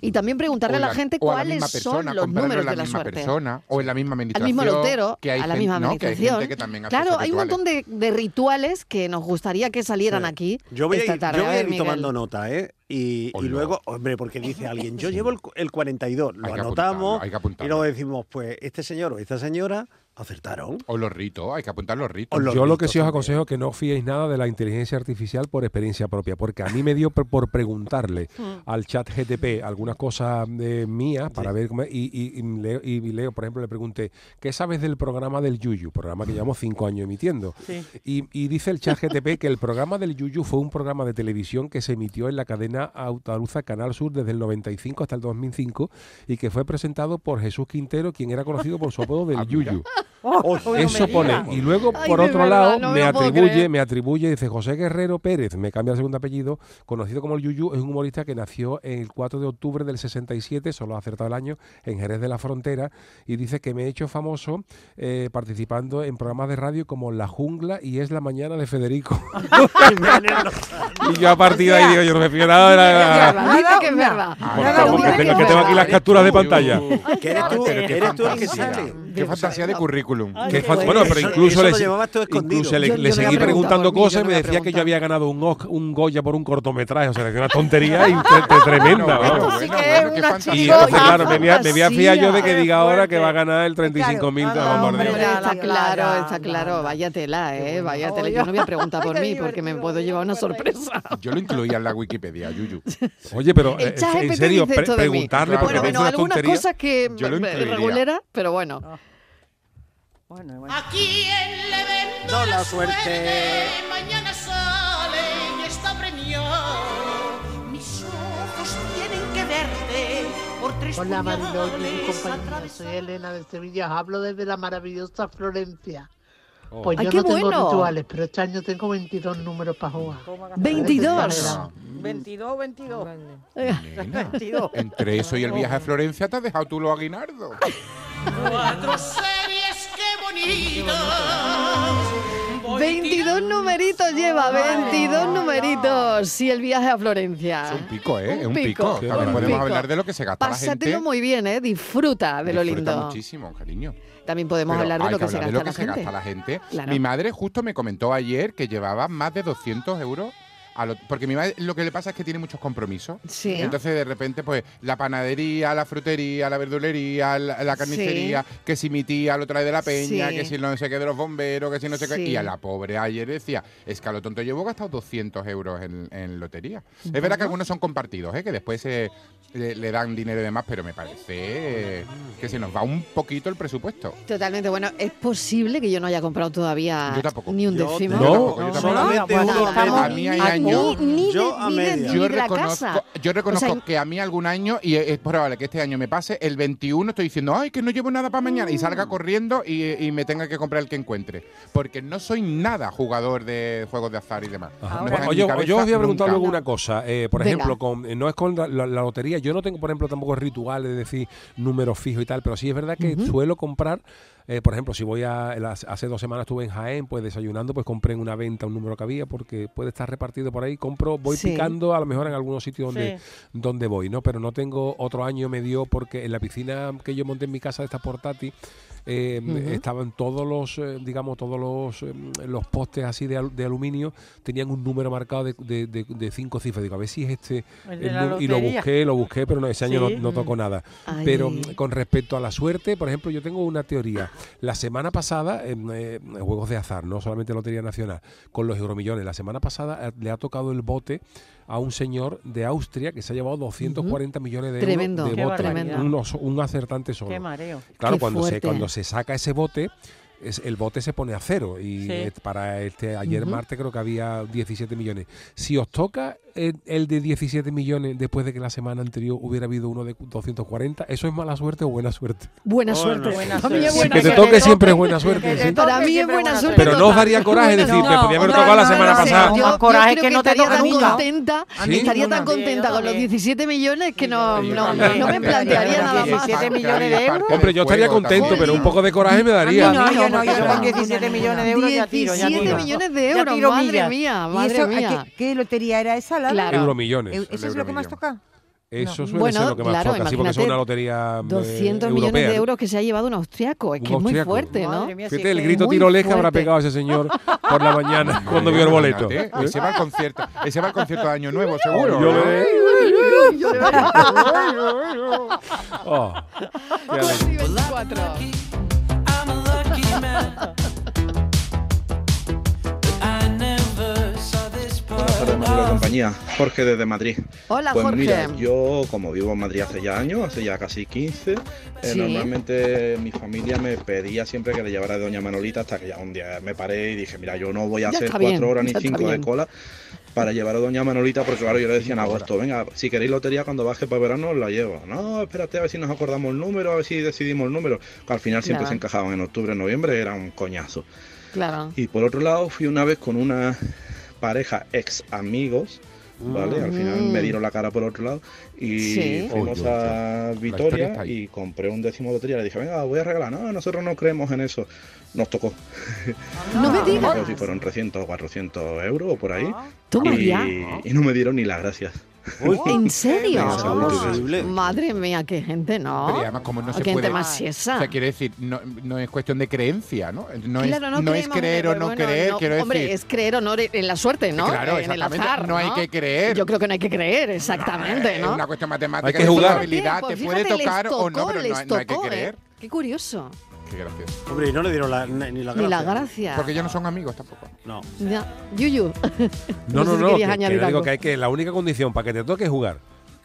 A: Y también preguntarle
C: O en
A: a la gente
C: o a
A: cuáles
C: misma persona,
A: son los
C: comprarlo
A: números
C: en la
A: de la
C: misma
A: suerte.
C: persona o en la misma
A: Al
C: administración.
A: mismo lotero,
C: que hay
A: a la
C: gente-
A: misma
C: no, que hay
A: administración.
C: gente que también hace
A: claro,
C: esos
A: hay un
C: rituales.
A: montón de, de rituales que nos gustaría que salieran
E: Sí.
A: aquí
E: Yo voy a
A: esta
E: ir,
A: tarde.
E: yo voy a
A: ver,
E: ir
A: Miguel.
E: tomando nota, ¿eh? Y, y
C: Hola.
E: luego, hombre, porque dice alguien, yo llevo el, cu- el 42, lo
C: Hay que
E: anotamos
C: apuntarlo, hay que
E: y
C: apuntarlo.
E: luego decimos, pues este señor o esta señora acertaron.
C: O los ritos, hay que apuntar los ritos.
E: O los
F: Yo lo que
E: ritos
F: sí os
E: también.
F: aconsejo es que no os fiéis nada de la inteligencia artificial por experiencia propia, porque a mí me dio por- por preguntarle al chat GTP algunas cosas eh, mías para ver cómo es, y, y- y leo, y leo, por ejemplo, le pregunté, ¿qué sabes del programa del Yuyu? Programa que llevamos cinco años emitiendo.
G: Sí.
F: Y, y dice el chat GTP que el programa del Yuyu fue un programa de televisión que se emitió en la cadena Autaluza Canal Sur desde el 95 hasta el 2005 y que fue presentado por Jesús Quintero, quien era conocido por su apodo del Yuyu.
G: Oh, no me
F: Eso pone.
G: digas.
F: Y luego,
A: Ay,
F: por
A: de
F: otro
A: verdad,
F: lado,
A: no me
F: me
A: lo puedo
F: atribuye,
A: creer.
F: me atribuye, dice José Guerrero Pérez, me cambia el segundo apellido, conocido como el Yuyu, es un humorista que nació el 4 de octubre del 67, solo ha acertado el año, en Jerez de la Frontera, y dice que me he hecho famoso eh, participando en programas de radio como La Jungla y Es la Mañana de Federico. y yo a partir de ahí digo, yo no me fío nada de
A: Ya,
F: la...
A: dice que es
D: Nada,
A: verdad.
C: nada.
F: Por
A: Pero
F: favor,
A: dice
F: que
A: que
F: tengo-
A: es
F: que tengo aquí las
A: verdad.
F: capturas de pantalla.
E: Que eres tú,
A: Pero qué
E: eres tú el que
A: fantasía.
E: sale.
C: Qué fantasía de currículum.
G: Ay,
F: Que
G: qué
F: fue-
G: bueno.
F: bueno, pero
E: Eso-
F: incluso,
E: eso
F: le,
E: lo llevabas tú escondido.
F: incluso le,
A: Yo-
F: le
A: yo no
F: seguí
A: había preguntado
F: preguntando
A: por mí, yo
F: cosas y
A: no
F: me
A: había
F: decía que yo
A: preguntado.
F: había ganado un, Osc- un Goya por un cortometraje. O sea, que una tontería y tre- tre- tremenda.
C: Bueno,
F: vamos.
A: Esto sí
C: bueno,
A: que
C: bueno,
A: es
C: qué
A: una
C: fantasía.
F: Y entonces,
A: chica
F: claro, me voy, a, me voy a fiar yo de que
G: Qué
F: diga ahora que
G: fuerte.
F: va a ganar el 35.000 de
D: Claro,
F: la
D: ah,
F: bombardeo.
D: hombre,
A: Hombre, está
D: ya,
A: claro,
D: ya,
A: está
D: ya,
A: claro.
D: ya.
A: Váyatela, eh, váyatela. Yo
G: Oye.
A: no voy a preguntar por
G: Qué
A: mí porque me
G: divertido,
A: puedo
G: oye,
A: llevar una
G: qué fuerte.
A: sorpresa.
C: Yo lo incluía en la Wikipedia, Yuyu.
F: Oye, pero
A: El
F: eh,
A: chat
F: en
A: GPT
F: serio,
A: dice
F: pre-
A: esto de mí.
F: preguntarle
C: Claro.
F: porque me
A: Bueno,
C: parece
A: bueno,
F: una
A: algunas
F: tontería.
A: cosas que
C: Yo lo incluiría.
A: regulera, pero bueno.
G: Bueno, bueno.
H: Aquí en el evento
E: No,
H: de
E: la suerte.
H: mañana sale y está premiado. Mis ojos tienen que verte por tres
I: Hola Mariló y en
H: puñales
I: compañía,
H: atravesar.
I: soy Elena de Sevilla, hablo desde la maravillosa Florencia.
B: Oh.
I: Pues
A: Oh. Ay,
I: yo
A: qué
I: no tengo
A: bueno.
I: rituales, pero este año tengo 22 números para jugar.
G: Toma, Gaspar.
A: 22.
I: Exagerado.
G: 22, 22.
C: Nena,
G: 22.
C: entre eso y el viaje a Florencia te has dejado tú los aguinaldos.
H: Cuatro series, qué bonitas. Voy
A: 22 numeritos lleva, 22 numeritos. Sí, el viaje a Florencia.
C: Es un pico, ¿eh?
A: Un
C: Es un
A: pico,
C: pico. También
F: un
C: podemos
A: pico.
C: hablar de lo que se gasta la gente.
A: Pásatelo muy bien, ¿eh? Disfruta de lo
C: Disfruta
A: lindo.
C: muchísimo, cariño.
A: También podemos
C: Pero
A: hablar de
C: hay
A: lo que se
C: hablar de
A: gasta
C: lo
A: la
C: que se
A: gente.
C: gasta la gente.
A: Claro.
C: Mi madre justo me comentó ayer que llevaba más de 200 euros. a lo- porque mi madre lo que le pasa es que tiene muchos compromisos.
A: Sí.
C: Entonces, de repente, pues la panadería, la frutería, la verdulería, la, la carnicería, que si mi tía lo trae de la peña,
A: Sí.
C: que si no sé qué de los bomberos, que si no sé qué.
A: Sí.
C: Y a la pobre ayer decía, es que a lo tonto llevo gastado 200 euros en, en lotería. Es verdad que algunos son compartidos, ¿eh? que después eh, le, le dan dinero y demás, pero me parece eh, que se nos va un poquito el presupuesto.
A: Totalmente. Bueno, es posible que yo no haya comprado todavía
C: Yo tampoco.
A: Ah, ni un
E: Yo
A: décimo.
C: No, tampoco, yo
E: No,
C: tampoco.
E: solamente
G: Ah,
E: uno
G: bueno,
E: a
G: estamos-
E: media.
C: A mí hay
A: Aquí
C: años.
A: ni,
E: Yo
A: de-
E: a
A: ni de-
E: media.
A: ni
C: Yo
A: de la
C: reconozco,
A: casa.
C: yo reconozco
A: O sea,
C: que a mí algún año, y es es probable que este año me pase, el 21 estoy diciendo, ay, que no llevo nada para mañana,
A: Mm.
C: y salga corriendo y, y me tenga que comprar el que encuentre. Porque no soy nada jugador de juegos de azar y demás.
F: Ajá.
C: No
G: Ahora-
C: está en mi
F: Oye, yo,
C: cabeza
F: os voy a preguntar
C: nunca.
F: luego una cosa. Eh, por
A: Venga.
F: ejemplo, con, eh, no es con la, la- la lotería. Yo no tengo, por ejemplo, tampoco rituales de decir números fijos y tal, pero sí es verdad que suelo comprar. eh, por ejemplo, si voy a. las- Hace dos semanas estuve en Jaén, pues desayunando, pues compré en una venta un número que había, porque puede estar repartido por ahí. Compro, voy
A: Sí.
F: picando a lo mejor en algunos sitios donde,
G: Sí.
F: donde voy, ¿no? Pero no tengo. Otro año me dio, porque en la piscina que yo monté en mi casa de esta portátil, eh, estaban todos los, eh, digamos, todos los, eh, los postes así de, al- de aluminio, tenían un número marcado de, de- de- de cinco cifras. Digo, a ver si es este.
G: El de
F: el
G: la
F: nu- y lo
G: lotería.
F: busqué, lo busqué, pero no, ese año
G: Sí.
F: no, no tocó nada.
A: Ay.
F: Pero mm, con respecto a la suerte, por ejemplo, yo tengo una teoría. La semana pasada, en eh, en Juegos de Azar, no solamente Lotería Nacional, con los euromillones, la semana pasada eh, le ha tocado el bote a un señor de Austria que se ha llevado 240 millones de
A: Tremendo,
F: euros
G: qué
F: de bote.
G: barbaridad.
F: Un, oso- un acertante solo.
G: Qué mareo.
F: Claro,
A: Qué
F: cuando se,
A: fuerte.
F: cuando se saca ese bote, es- el bote se pone a cero. Y
G: Sí.
F: eh, para este ayer
A: Ujú.
F: martes creo que había 17 millones. Si os toca el, el de 17 millones después de que la semana anterior hubiera habido uno de 240, ¿eso es mala suerte o buena suerte?
E: Bueno,
A: Buena suerte.
E: buena
A: Para mí es
E: suerte.
A: buena
F: que te
A: suerte.
F: toque siempre es buena suerte.
G: Que te
F: sí.
G: toque
A: Para mí es
G: siempre
A: buena suerte.
F: Pero no os daría
A: total.
F: coraje
A: Buena
F: decirte,
A: suerte.
F: podía haber
A: No,
F: tocado la
A: no,
F: semana
A: no,
F: pasada.
A: Yo,
G: Más
A: yo
G: coraje
A: creo
G: que no te
A: estaría
G: toca
A: tan
G: nunca.
A: contenta,
F: A mí
A: estaría
F: ninguna.
A: tan contenta
G: Sí, yo
A: con los
G: también.
A: 17 millones que no,
C: Sí, yo
A: no,
C: también.
A: no me
C: Parte de-
A: plantearía
C: parte
A: nada
C: de-
A: más.
G: 17
C: parte
G: millones
C: de
G: de euros.
C: parte
F: Hombre,
C: del
F: yo estaría
C: juego
F: contento,
C: también.
F: pero un poco de coraje me daría.
G: A mí no, yo no,
D: no,
G: yo
D: no,
G: con
D: no,
G: 17
D: no,
G: millones de euros ya tiro, ya
A: 17
G: tiro.
A: millones de
G: Ya
A: euros,
G: tiro
A: madre
G: millas.
A: mía,
D: ¿Y
A: madre
D: eso, a
A: mía.
D: ¿qué, qué lotería era esa? regalado.
A: Claro.
F: Euromillones.
D: Eu- ¿Eso E-, es lo que más toca?
F: Eso
D: No.
F: suele ser
A: Bueno,
F: lo que más
A: claro,
F: toca, sí, porque es
A: imagínate,
F: una lotería eh,
A: 200
F: europea.
A: millones de euros que se ha llevado un austriaco. Es
F: Un
A: que es muy
F: austriaco.
A: fuerte, ¿no?
G: Madre mía, si
F: Fíjate
G: es
F: el
G: que-
F: grito
A: muy
F: tirolés que habrá
A: fuerte.
F: pegado ese señor por la mañana cuando vio el boleto. ¿Eh?
C: Imagínate, Ese va al concierto, ese va al concierto de Año Nuevo, seguro.
F: Yo
C: ¿no?
F: le- Oh, qué alegría.
A: 24.
B: I'm a lucky man. I never saw this
J: Buenas tardes, Manolo y
B: before.
J: compañía. Jorge desde Madrid.
A: Hola,
J: pues
A: Jorge.
J: mira, yo como vivo en Madrid hace ya años, hace ya casi 15, eh,
A: Sí.
J: normalmente mi familia me pedía siempre que le llevara a Doña Manolita hasta que ya un día me paré y dije, mira, yo no voy a
A: Ya
J: hacer
A: está
J: cuatro
A: bien,
J: horas ni
A: ya está
J: cinco de
A: bien.
J: cola para llevar a Doña Manolita, porque claro, yo le decía en agosto, venga, si queréis lotería cuando baje para verano, la llevo. No, espérate a ver si nos acordamos el número, a ver si decidimos el número. Que al final siempre
A: Nada.
J: se encajaban en octubre, noviembre, era un coñazo.
A: Claro.
J: Y por otro lado, fui una vez con una pareja ex amigos, ¿vale? Al final
A: Mm.
J: me dieron la cara por otro lado y
A: Sí.
J: fuimos
F: Oye,
J: a
C: historia está
J: Vitoria
C: ahí.
J: y compré un décimo de lotería. Le dije, venga, voy a regalar. No, nosotros no creemos en eso. Nos tocó.
A: No me
J: No me
A: digas.
J: acuerdo si fueron 300 o 400 euros o por ahí.
A: Toma
J: y,
A: ya.
J: y no me dieron ni las gracias.
A: ¿En serio?
J: Venga, salud,
E: Vamos.
J: Teresa.
A: Madre mía, qué gente, ¿no?
C: Pero y además, como no se
A: qué gente
C: puede.
A: más siesa.
C: O sea, quiere decir, no, no es cuestión de creencia, ¿no? No
A: Claro,
C: es, no es
A: creemos,
C: creer o
A: hombre,
C: no
A: bueno,
C: creer,
A: no,
C: quiero
A: Hombre,
C: decir.
A: es creer o no en la suerte, ¿no?
C: Claro,
A: en el
C: exactamente,
A: azar.
C: no hay que creer.
A: Yo creo que no hay que creer, exactamente,
C: Es
A: ¿no?
C: una cuestión matemática.
F: Hay que
C: de
F: jugar.
C: probabilidad,
A: Pues
C: te
A: fíjate,
C: puede
A: les
C: tocar o no,
A: tocó,
C: pero no,
A: les
C: no hay que
A: tocó, ¿eh?
C: creer.
A: Qué curioso.
C: Qué gracioso.
E: Hombre, y no le dieron la, ni, ni la
A: Ni
E: gracia.
A: la gracia.
C: Porque ya no son amigos tampoco.
E: No.
A: Ya. Yuyu.
F: No,
A: sé
F: no,
A: si
F: no,
A: querías
F: que- que
A: añadir
F: le digo
A: algo.
F: que hay que la única condición para que te toque es jugar.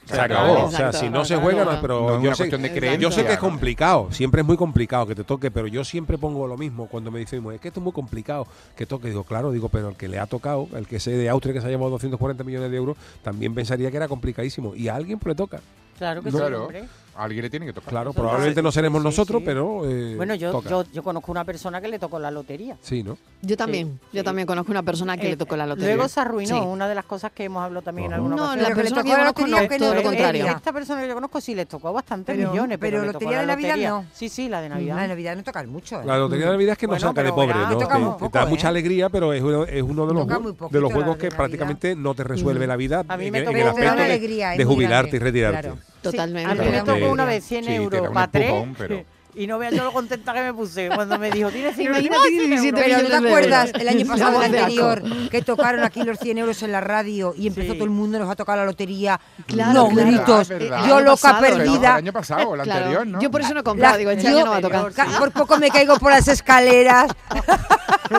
F: Se
C: Claro,
F: acabó. o sea,
A: exacto,
F: si no
A: no,
F: se
A: claro,
F: juega,
A: no.
F: no, pero
C: No es
F: yo
C: una
F: sé,
C: cuestión de
A: Exacto.
C: creencia.
F: yo sé que es
C: ¿no?
F: complicado, siempre es muy complicado que te toque, pero yo siempre pongo lo mismo cuando me dicen, es que esto es muy complicado que toque. Digo, claro, digo, pero el que le ha tocado, el que se de Austria que se ha llevado 240 millones de euros, también pensaría que era complicadísimo. Y a alguien pues, le toca.
G: Claro que sí,
C: Claro,
G: hombre.
C: a alguien le tiene que tocar.
F: Claro,
G: Eso
F: probablemente
G: pasa.
F: no seremos
G: Sí,
F: nosotros,
G: sí.
F: pero. eh,
G: Bueno, yo,
F: toca.
G: yo, yo conozco una persona que le tocó la lotería.
F: Sí, ¿no?
A: Yo también.
G: Sí,
A: Yo
G: sí.
A: también conozco una persona que
G: Eh,
A: le tocó la lotería.
G: Luego se arruinó,
A: Sí.
G: una de las cosas que hemos hablado también en
F: Ajá.
G: alguna
A: No, la
G: ocasión.
D: Pero que le
A: persona que
D: tocó la
A: yo conozco
D: lotería,
A: no,
D: que
A: todo
D: no-
A: lo
D: eh,
A: contrario.
D: eh,
G: Esta persona que yo conozco sí le tocó bastantes
D: Pero-
G: millones, pero,
D: pero
G: le
D: lotería
G: tocó la
D: de Navidad
G: lotería.
D: no.
G: Sí, sí, la de Navidad.
D: No, en Navidad no tocan mucho. ¿eh?
F: La lotería de Navidad es que
G: Bueno,
F: no saca de
G: pero
F: pobre,
G: verás,
F: ¿no?
D: toca
F: Te-
D: muy
F: te
D: poco,
F: da
D: ¿eh?
F: mucha alegría, pero es uno, es uno de los,
D: Toca
F: ju-
D: muy
F: de
D: poquito
F: los
D: la
F: juegos
D: de
F: que
D: Navidad.
F: prácticamente no te resuelve la vida
G: A mí
F: en,
G: me
F: en
G: tocó
F: el
G: una
F: aspecto de,
D: alegría, es
F: de
D: muy
F: jubilarte y
D: grande,
F: retirarte.
D: claro.
G: Sí,
A: Totalmente.
G: a mí me
C: Claro, te-
G: tocó una vez 100
C: sí, te da
G: euros
C: un
G: para tres.
C: empujón, pero-
G: Y no veas yo lo contenta que me puse cuando me dijo, tienes 100 euros.
A: Imagínate
G: "Cien
A: 17
G: euros".
D: Pero ¿no te
A: millones de
D: acuerdas
A: euros.
D: el año pasado,
A: La voz
D: el
A: de
D: anterior,
A: Aco.
D: que tocaron aquí los 100 euros en la radio y empezó
G: Sí.
D: todo el mundo, nos ha tocado la lotería?
A: Claro,
D: no,
A: claro.
D: gritos.
C: Es verdad.
D: Yo
A: El
D: loca
A: pasado,
C: Pero no,
D: perdida.
C: el año pasado, el
A: Claro.
C: anterior, ¿no?
A: Yo por eso no compraba,
D: La-
A: digo, este
D: yo-
A: año no va a tocar.
D: Ca- Por poco me caigo por las escaleras.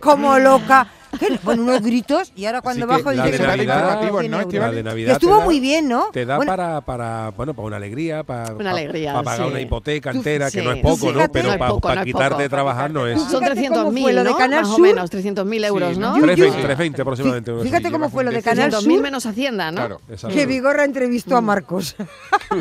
D: Como loca. Que- Bueno, unos gritos y ahora cuando
F: Así que
D: bajo
F: la
D: dice
F: de
D: que-
F: Navidad-
C: informativos,
A: Cien
C: ¿no,
A: euros.
F: La
C: Estivali?
F: de Navidad
D: que
F: te
D: estuvo
F: da-
D: muy bien, ¿no?
F: Te da
D: Bueno,
F: para, para, bueno, para una alegría, para,
A: Una alegría,
F: para pagar
A: sí.
F: una hipoteca
A: Tú-
F: entera, que no es
A: sí,
F: poco,
D: tú
F: ¿no?
D: fíjate.
F: Pero
A: No es
F: para,
A: poco,
F: para
A: no es
F: quitarte
A: poco.
F: de trabajar no es...
A: Son
D: Fíjate cómo
A: 300.000,
D: fue lo de
A: ¿no?
D: Canal
A: Más o
D: Sur.
A: menos, 300.000 euros,
C: Sí,
A: ¿no?
F: 320,
D: Yo- yo-
F: 320 aproximadamente.
D: fí- fíjate
C: Sí,
D: cómo
C: llevas
D: fue lo
C: un
D: de
C: décimo.
D: Canal
A: 300.000
D: Sur,
A: menos Hacienda, ¿no?
C: Claro.
F: Exacto. Mm.
D: que Vigorra entrevistó a Marcos.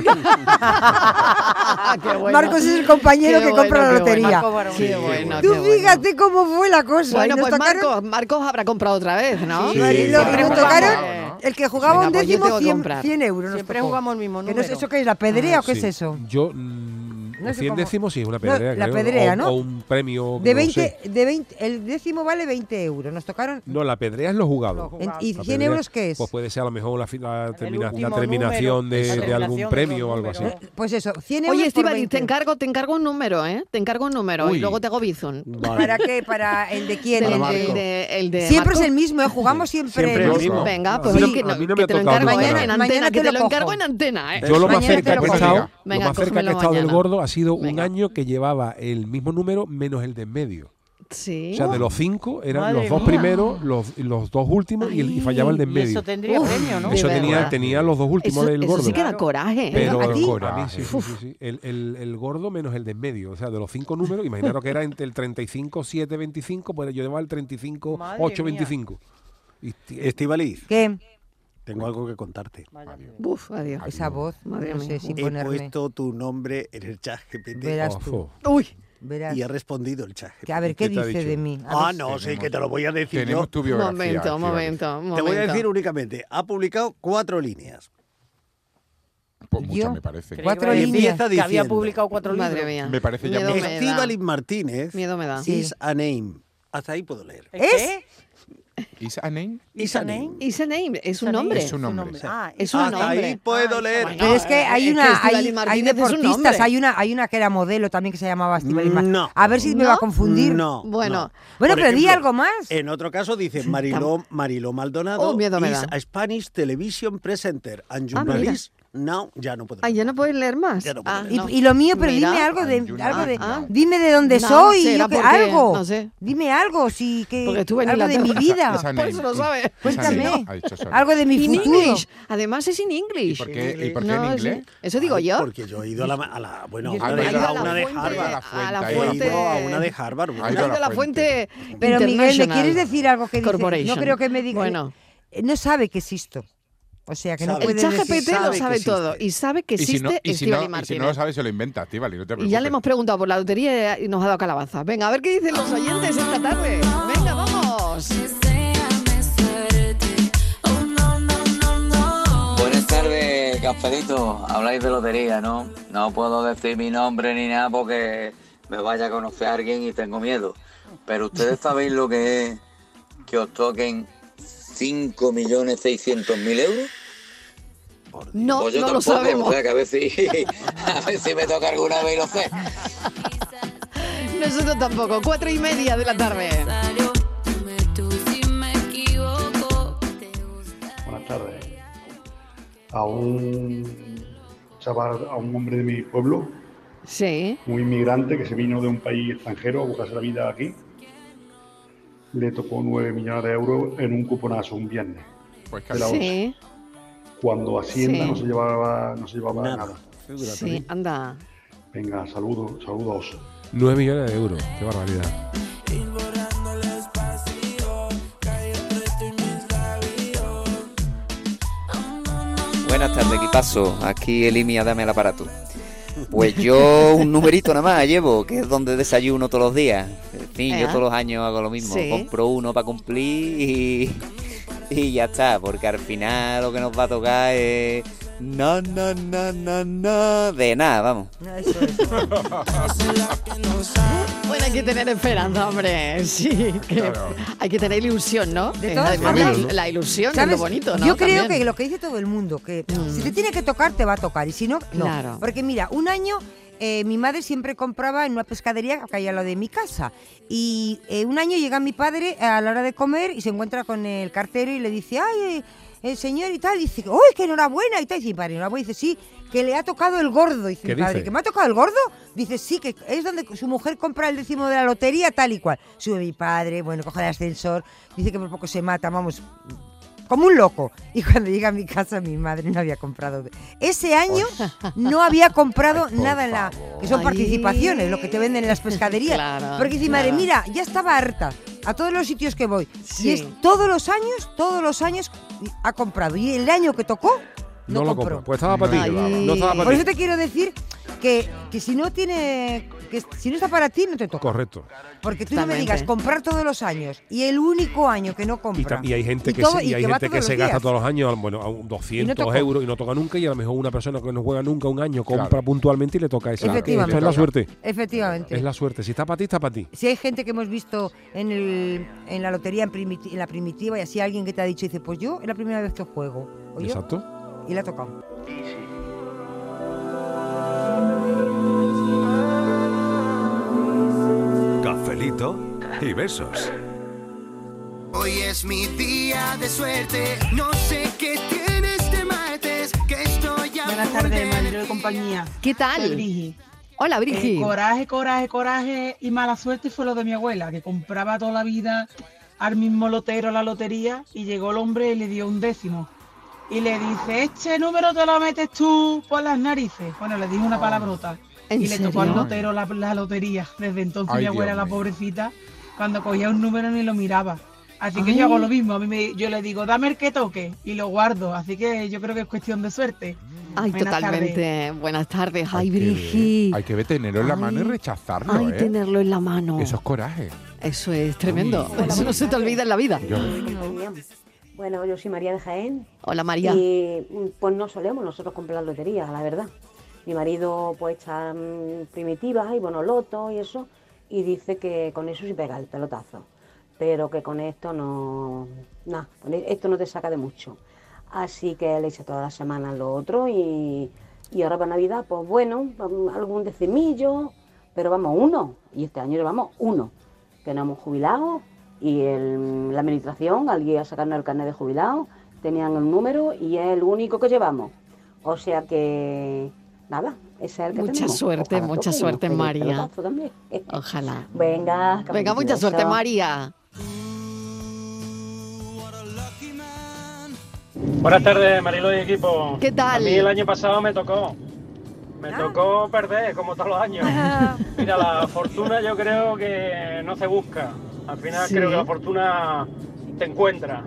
A: Ah, Qué bueno.
D: Marcos es el compañero
A: Qué
D: que
A: bueno,
D: compra la
A: qué
D: lotería.
G: Marco Barone.
A: Qué bueno,
D: Tú
A: qué bueno.
D: fíjate cómo fue la cosa.
A: Bueno,
D: y nos
A: pues
D: tocaron-
A: Marcos, Marcos habrá comprado otra vez, ¿no?
F: Sí,
D: y lo- y
F: claro.
D: nos
F: Siempre
D: tocaron
C: jugamos,
D: el que jugaba
A: Venga,
D: un
A: pues yo
D: décimo
A: tengo que
D: 100,
A: comprar.
D: 100 euros. nos
G: Siempre
D: tocó.
G: jugamos el mismo
D: Que
G: número.
D: no sé, ¿Eso qué es? ¿La pedrea o qué
F: Ah, Sí.
D: es eso?
F: Yo, mm,
D: No sé
F: 100
D: cómo-
F: décimos sí, es una
D: No,
F: pedrea.
D: la
F: creo,
D: pedrea,
F: o,
D: ¿no?
F: o un premio...
D: De
F: no sé.
D: 20, de 20, el décimo vale 20 euros. Nos tocaron.
F: No, la pedrea es lo jugado.
D: en- ¿Y
F: La
D: 100
F: pedrea,
D: euros qué es?
F: Pues puede ser a lo mejor la, fi- la
G: El
F: termina- la
G: último
F: terminación
G: número.
F: de,
G: La
F: de
G: terminación de
F: algún
G: los
F: premio o algo así.
G: números.
D: Pues eso, 100 euros.
A: Oye,
D: por
A: Estivali, te
D: 20.
A: encargo, te encargo un número, ¿eh? Te encargo un número
C: Uy.
A: y luego te hago bizun.
D: ¿Para qué? ¿Para el de quién?
A: El,
D: El
A: de-
D: de-
A: el de, el de
D: Siempre
A: Marcos.
D: es el mismo, ¿eh? jugamos siempre.
E: Siempre
D: el
E: el
D: mismo.
E: mismo.
A: Venga,
F: No,
A: pues
F: a mí
A: oye,
F: no-
A: que,
F: a mí
A: no
F: no
A: que
F: me
A: te
F: ha
A: lo
F: tocado
A: encargo ¿eh?
D: nunca.
A: en
D: Mañana-
A: antena,
D: mañana
A: que
D: te
A: te
D: lo
A: lo encargo
D: cojo.
A: en antena, ¿eh?
F: Yo lo más
D: Mañana te
F: cerca
D: lo
F: que he
D: cojo.
F: estado, lo
A: Venga,
F: más cerca que
A: cógemelo
F: he estado del
A: mañana.
F: gordo ha sido un
A: Venga.
F: año que llevaba el mismo número menos el de en medio.
A: Sí.
F: O sea, de los cinco eran
G: Madre
F: los dos
G: mía.
F: primeros, los, los dos últimos y, el- y fallaba el de en
G: Y
F: medio.
G: eso tendría
A: Uf.
G: premio, ¿no?
A: De
F: Eso tenía,
A: verdad.
F: tenía los dos últimos
A: eso,
F: del
A: eso
F: gordo.
A: sí que da coraje, ¿eh?
F: Pero
D: ¿A
F: el
D: ti?
F: gordo, a mí sí, sí,
C: Uf.
F: sí, sí. El, el- el gordo menos el de en medio. O sea, de los cinco números, imaginaros que era entre el 35, 7, 25, pues yo llevaba el 35,
G: Madre
F: 8,
G: mía.
F: 25. Y t-
E: Estivaliz,
D: ¿Qué?
E: tengo algo que contarte.
G: Vaya.
A: Uf, adiós.
D: Esa voz,
A: Madre
D: no sé
A: mía.
D: si
E: He
F: pues
D: ponerme.
E: puesto tu nombre en el chat GPT
D: Verás
F: oh,
D: tú.
F: fo.
A: Uy,
D: Verás.
E: y ha respondido el chat GPT.
D: Que a ver, ¿qué
F: ¿Qué te ha
D: dice
F: dicho?
D: de mí? A
E: Ah,
D: ver.
E: no, sí, que te lo voy a decir yo.
C: Tenemos tu biografía.
A: momento,
C: Estivali.
A: momento, momento.
E: Te voy a decir únicamente, ha publicado cuatro líneas.
C: Pues mucho
D: Yo-
C: me parece.
D: Cuatro
G: Creí que iba a decir
D: líneas.
G: Que había
E: Diciendo.
G: publicado cuatro
A: Madre
G: libros.
A: mía.
C: Me parece ya
A: miedo
C: mucho.
A: me da.
E: Estivaliz Martínez
A: Miedo me da.
D: Sí.
E: is a name. Hasta ahí puedo leer.
G: ¿El qué?
D: ¿Es?
C: ¿Is a name?
A: ¿Is a name? Is a name. Es un nombre.
C: Es un nombre.
A: Ah,
C: sí.
A: es un
E: Hasta
A: nombre.
E: ahí puedo leer.
D: Pero es que
E: eh,
D: hay
A: es que
D: una,
A: Estíbaliz
D: hay, hay
A: Martínez es un
D: deportistas,
A: hombre.
D: hay una, hay una que era modelo también que se llamaba Estíbaliz Mar-
E: Mm, No.
D: A ver si me va a confundir.
E: No.
A: Bueno.
E: no.
D: Bueno,
E: Por
D: pero di
E: ejemplo,
D: algo más.
E: En otro caso dice Mariló, Mariló Maldonado
A: Oh, miedo me
E: is
A: da.
E: a Spanish Television Presenter and
A: Ah, mira.
E: journalist. no, ya no puedo.
A: Ay, ya no puedes leer más.
E: Ya no puedo
A: Ah,
E: leer.
D: Y,
A: no.
D: y lo mío, pero
A: Mira.
D: dime algo de,
C: Ayuna,
D: algo de-
A: ah.
D: dime de dónde
A: No,
D: soy,
A: será
D: yo que-
A: porque-
D: algo.
A: no sé.
D: Dime algo, sí que
A: Porque estuve en
D: algo de mi
A: Inglaterra.
C: Is a
D: vida,
A: Por
C: name.
A: eso lo
C: Is-
A: sabe.
C: is a
D: Cuéntame.
C: name. Ha dicho Sonia.
D: algo de mi
A: In
D: futuro.
A: English. Además es in English.
C: ¿Por qué-
E: English.
C: ¿Y por qué en
A: No, es-
C: inglés?
A: Eso digo
E: Ay,
A: yo.
E: Porque yo he ido a la, a la- bueno,
A: Yo
E: a
A: he
E: una de-
A: ido
E: a una de Harvard.
A: a la
C: Harvard.
E: He
A: fuente.
E: ido a una de Harvard.
A: He
C: Ahí
A: ido
C: va
A: a la fuente.
D: Pero Miguel, ¿me
A: International
D: quieres decir algo que dice? No
A: Corporation.
D: creo que me diga.
A: Bueno.
D: Eh, No sabe que existo. O sea, que no
E: Sabe.
A: El
D: puede
E: Puedes
A: chat
D: decir.
A: GPT
E: sabe
A: lo
E: que
A: sabe
E: existe.
A: todo y sabe que
C: Y
A: existe
C: si, no, y, si
A: Estíbaliz
C: no, y si
A: Martínez.
C: no lo sabes, se lo inventa, Estivali, no te
A: Y
C: preocupes.
A: ya le hemos preguntado por la lotería y nos ha dado calabaza. Venga, a ver qué dicen los oyentes esta tarde. Venga, vamos.
K: Buenas tardes, Casperito. Habláis de lotería, ¿no? No puedo decir mi nombre ni nada porque me vaya a conocer a alguien y tengo miedo. Pero ustedes sabéis lo que es que os toquen 5.600.000 euros.
A: No,
K: Pues yo
A: no lo
K: tampoco, O
A: sabemos.
K: sea que a ver si, a ver si me toca alguna vez y lo sé.
A: Nosotros tampoco. Cuatro y media de la tarde.
L: Buenas tardes. A un chaval, a un hombre de mi pueblo,
A: Sí.
L: muy inmigrante, que se vino de un país extranjero a buscarse la vida aquí, le tocó 9 millones de euros en un cuponazo un viernes.
C: Pues
L: de la
C: claro.
L: bolsa.
A: Sí,
L: Cuando Hacienda
A: Sí.
L: no se llevaba, no se llevaba nada.
E: Nada.
A: sí, anda.
L: Venga, saludos, saludos.
F: 9 millones de euros, qué barbaridad.
M: Buenas tardes, equipazo. Aquí Elimia, dame el aparato. Pues yo un numerito nada más llevo, que es donde desayuno todos los días. En fin, yo
A: Ea.
M: todos los años hago lo mismo.
A: Sí.
M: Compro uno para cumplir y, y ya está, porque al final lo que nos va a tocar es... No, no, no, no, no. De nada, vamos.
D: No, eso, eso.
A: Bueno, hay que tener esperanza, hombre. Sí, que
C: Claro.
A: hay que tener ilusión, ¿no?
D: De
A: Eh,
D: todas
A: Además, la,
D: formas,
A: la ilusión es
D: ¿Sabes?
A: lo bonito, ¿no?
D: Yo creo
A: También. Mm.
D: que lo que dice todo el mundo, que si te tiene que tocar, te va a tocar. Y si no, no.
A: Claro.
D: Porque mira, un año eh, mi madre siempre compraba en una pescadería que hay a lo de mi casa. Y eh, un año llega mi padre a la hora de comer y se encuentra con el cartero y le dice, ay, eh, el señor y tal. Y dice, uy, que enhorabuena y tal. Y dice, mi padre, enhorabuena. Y dice, sí, que le ha tocado el gordo. Dice
F: ¿Qué
D: mi padre,
F: dice?
D: que me ha tocado el gordo. Dice, sí, que es donde su mujer compra el décimo de la lotería, tal y cual. Sube mi padre, bueno, coge el ascensor. Dice que por poco se mata, vamos, como un loco. Y cuando llega a mi casa, mi madre no había comprado. Ese año no había comprado
C: Ay, por
D: nada en la.
C: favor.
D: Que son
A: Ay.
D: participaciones, lo que te venden en las pescaderías.
A: Claro,
D: Porque dice, madre,
A: claro.
D: mira, ya estaba harta a todos los sitios que voy.
A: Sí.
D: Y es todos los años, todos los años ha comprado. Y el año que tocó,
F: No,
D: no,
F: lo
D: compró.
F: compro. Pues estaba para ti.
A: Ay.
F: No estaba
D: Por
F: para
D: eso
F: ti.
D: te quiero decir que, que si no tiene. Que si no está para ti, no te toca.
F: Correcto.
D: Porque tú no me
A: Exactamente.
D: digas comprar todos los años y el único año que no
F: Y,
D: compra.
F: tam- y hay gente
D: y
F: que,
D: todo-
F: se, y hay
D: va
F: gente que
D: todos
F: se
D: los
F: gasta
D: días.
F: todos los años, bueno, a un 200
D: tocó.
F: euros y no toca nunca. Y a lo mejor una persona que no juega nunca un año compra
C: Claro.
F: puntualmente y le toca esa.
D: Efectivamente.
F: Esto es la suerte.
D: Efectivamente.
F: Es la suerte. Si está para ti, está para ti.
D: Si hay gente que hemos visto en, el- en la lotería en, primiti- en la primitiva y así alguien que te ha dicho, dice, pues yo es la primera vez que juego. O yo,
F: Exacto.
D: y le ha tocado.
N: Cafelito y besos.
B: Hoy es mi día de suerte. No sé qué tienes de martes. Que estoy a
I: Buenas tardes, Mariló de compañía.
A: ¿Qué
I: Soy
A: tal?
I: Brigi.
A: Hola,
I: Eh,
A: Brigi.
I: coraje, coraje, coraje y mala suerte fue lo de mi abuela, que compraba toda la vida al mismo lotero la lotería y llegó el hombre y le dio un décimo. Y le dice, este número te lo metes tú por las narices. Bueno, le dijo una palabrota.
A: Oh. ¿En
I: Y le tocó al
A: serio?
I: lotero la, la lotería. Desde entonces
C: Ay,
I: mi
C: Dios
I: abuela, la
C: mío.
I: pobrecita, cuando cogía un número ni lo miraba. Así que yo hago lo mismo. A mí me- yo le digo, dame el que toque y lo guardo. Así que yo creo que es cuestión de suerte.
A: Ay,
I: Buenas
A: totalmente. Buenas tardes. Ay,
C: que ver-
A: Brigi.
C: Hay que ver tenerlo en la
A: Ay.
C: mano y rechazarlo,
A: Ay,
C: ¿eh?
A: tenerlo en la mano.
C: Eso es coraje.
A: Eso es tremendo.
C: Uy.
A: Eso no se te olvida en la vida.
C: Yo-
O: Bueno, yo soy María de Jaén
A: Hola, María.
O: y mm, pues no solemos nosotros comprar loterías, la verdad. Mi marido pues está mm, primitiva y bueno, loto y eso, y dice que con eso sí pega el pelotazo. pero que con esto no, nada, con e, esto no te saca de mucho. Así que le echa toda la semana lo otro y, y ahora para Navidad, pues bueno, algún decimillo, pero vamos uno, y este año llevamos uno, que nos hemos jubilado y el- la administración, al guía sacarnos el carnet de jubilado, tenían el número y es el único que llevamos. O sea que, nada, ese es el que
A: Mucha
O: tenemos.
A: suerte,
O: Ojalá
A: mucha
O: toque y
A: suerte,
O: nos pegue el
A: María.
O: pelotazo también.
A: Ojalá.
O: Venga,
A: Venga, mucha
O: cafelito.
A: suerte, María.
P: Buenas tardes, Marilo y equipo.
A: ¿Qué tal?
P: A mí el año pasado me tocó. Me tocó perder, como todos los años. Mira, la fortuna yo creo que no se busca. Al final
Q: Sí.
P: creo que la fortuna te encuentra.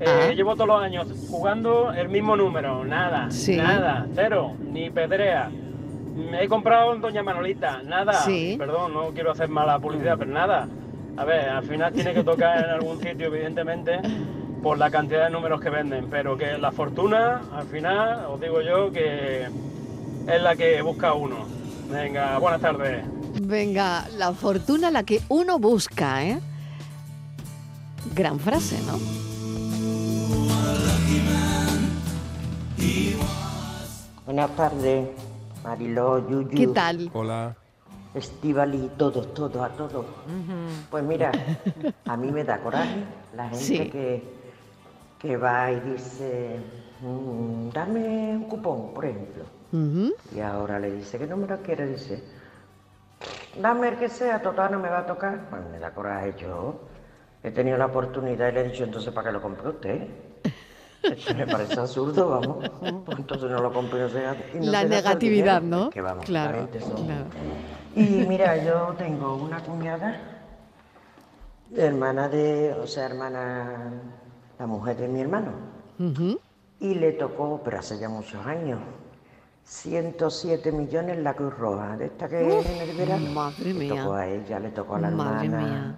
P: Eh,
Q: Ah.
P: Llevo todos los años jugando el mismo número. Nada,
Q: Sí.
P: nada, cero, ni pedrea. Me he comprado en Doña Manolita, nada.
Q: Sí. Mm.
P: Perdón, no quiero hacer mala publicidad, pero nada. A ver, al final tiene que tocar en algún sitio, evidentemente, por la cantidad de números que venden. Pero que la fortuna, al final, os digo yo que es la que busca uno. Venga, buenas tardes.
A: Venga, la fortuna la que uno busca, ¿eh? Gran frase, ¿no?
R: Buenas tardes, Mariló, Yuyu.
A: ¿Qué tal?
F: Hola.
R: Estivali, todos, todos, a todos. Pues mira, a mí me da coraje la gente
A: Sí.
R: que, que va y dice, "Mm, dame un cupón, por ejemplo.
A: Ujú.
R: Y ahora le dice, ¿qué número quiere? Dice, dame el que sea, total no me va a tocar. Pues me da coraje yo. He tenido la oportunidad y le he dicho, entonces, ¿para qué lo compró usted? Esto me parece absurdo, vamos. Pues entonces no lo compro y no se gasta- y no
A: La
R: se gasta el
A: negatividad,
R: dinero.
A: ¿no?
R: Es que vamos, la
A: Claro,
R: gente son-
A: claro.
R: Y mira, yo tengo una cuñada, hermana de, o sea, hermana, la mujer de mi hermano,
A: Ujú.
R: y le tocó, pero hace ya muchos años, 107 millones la Cruz Roja, de esta que
A: Uf,
R: en el verano.
A: madre
R: le
A: mía.
R: tocó a ella, le tocó a la
A: Madre
R: hermana,
A: mía.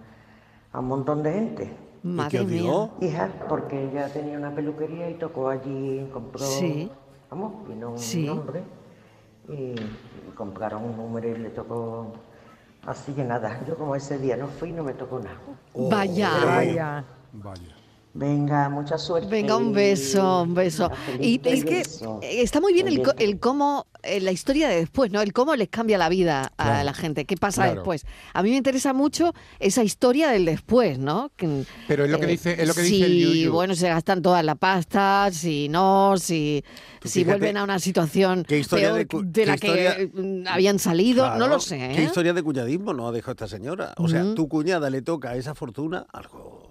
R: a un montón de gente.
A: Madre ¿Y qué os mía. digo?
R: Hija, porque ella tenía una peluquería y tocó allí, compró,
A: Sí.
R: vamos, vino un
A: Sí.
R: hombre y compraron un número y le tocó así que nada. Yo como ese día no fui, no me tocó nada.
A: Vaya.
R: Pero bueno,
A: Vaya.
R: Venga, mucha suerte.
A: Venga, un beso, un beso. Y
R: Cafelito
A: es que
R: Eh, beso.
A: eh, está muy bien el, co-
R: Oye,
A: el cómo, eh, la historia de después, ¿no? El cómo les cambia la vida a la gente, qué pasa
C: Claro.
A: después. A mí me interesa mucho esa historia del después, ¿no? Que, eh,
C: Pero es lo que dice- es lo que dice el
A: si,
C: yuyu.
A: bueno, se gastan todas la pasta, si no, si, si
E: fíjate
A: vuelven a una situación
E: qué historia
A: peor
E: de cu-
A: de la
E: qué
A: que
E: historia-
A: mm, habían salido, no
E: Claro,
A: lo sé, ¿eh? Mm.
E: ¿Qué historia de cuñadismo nos ha dejado esta señora? O sea,
A: Ujú.
E: tu cuñada le toca esa fortuna, algo.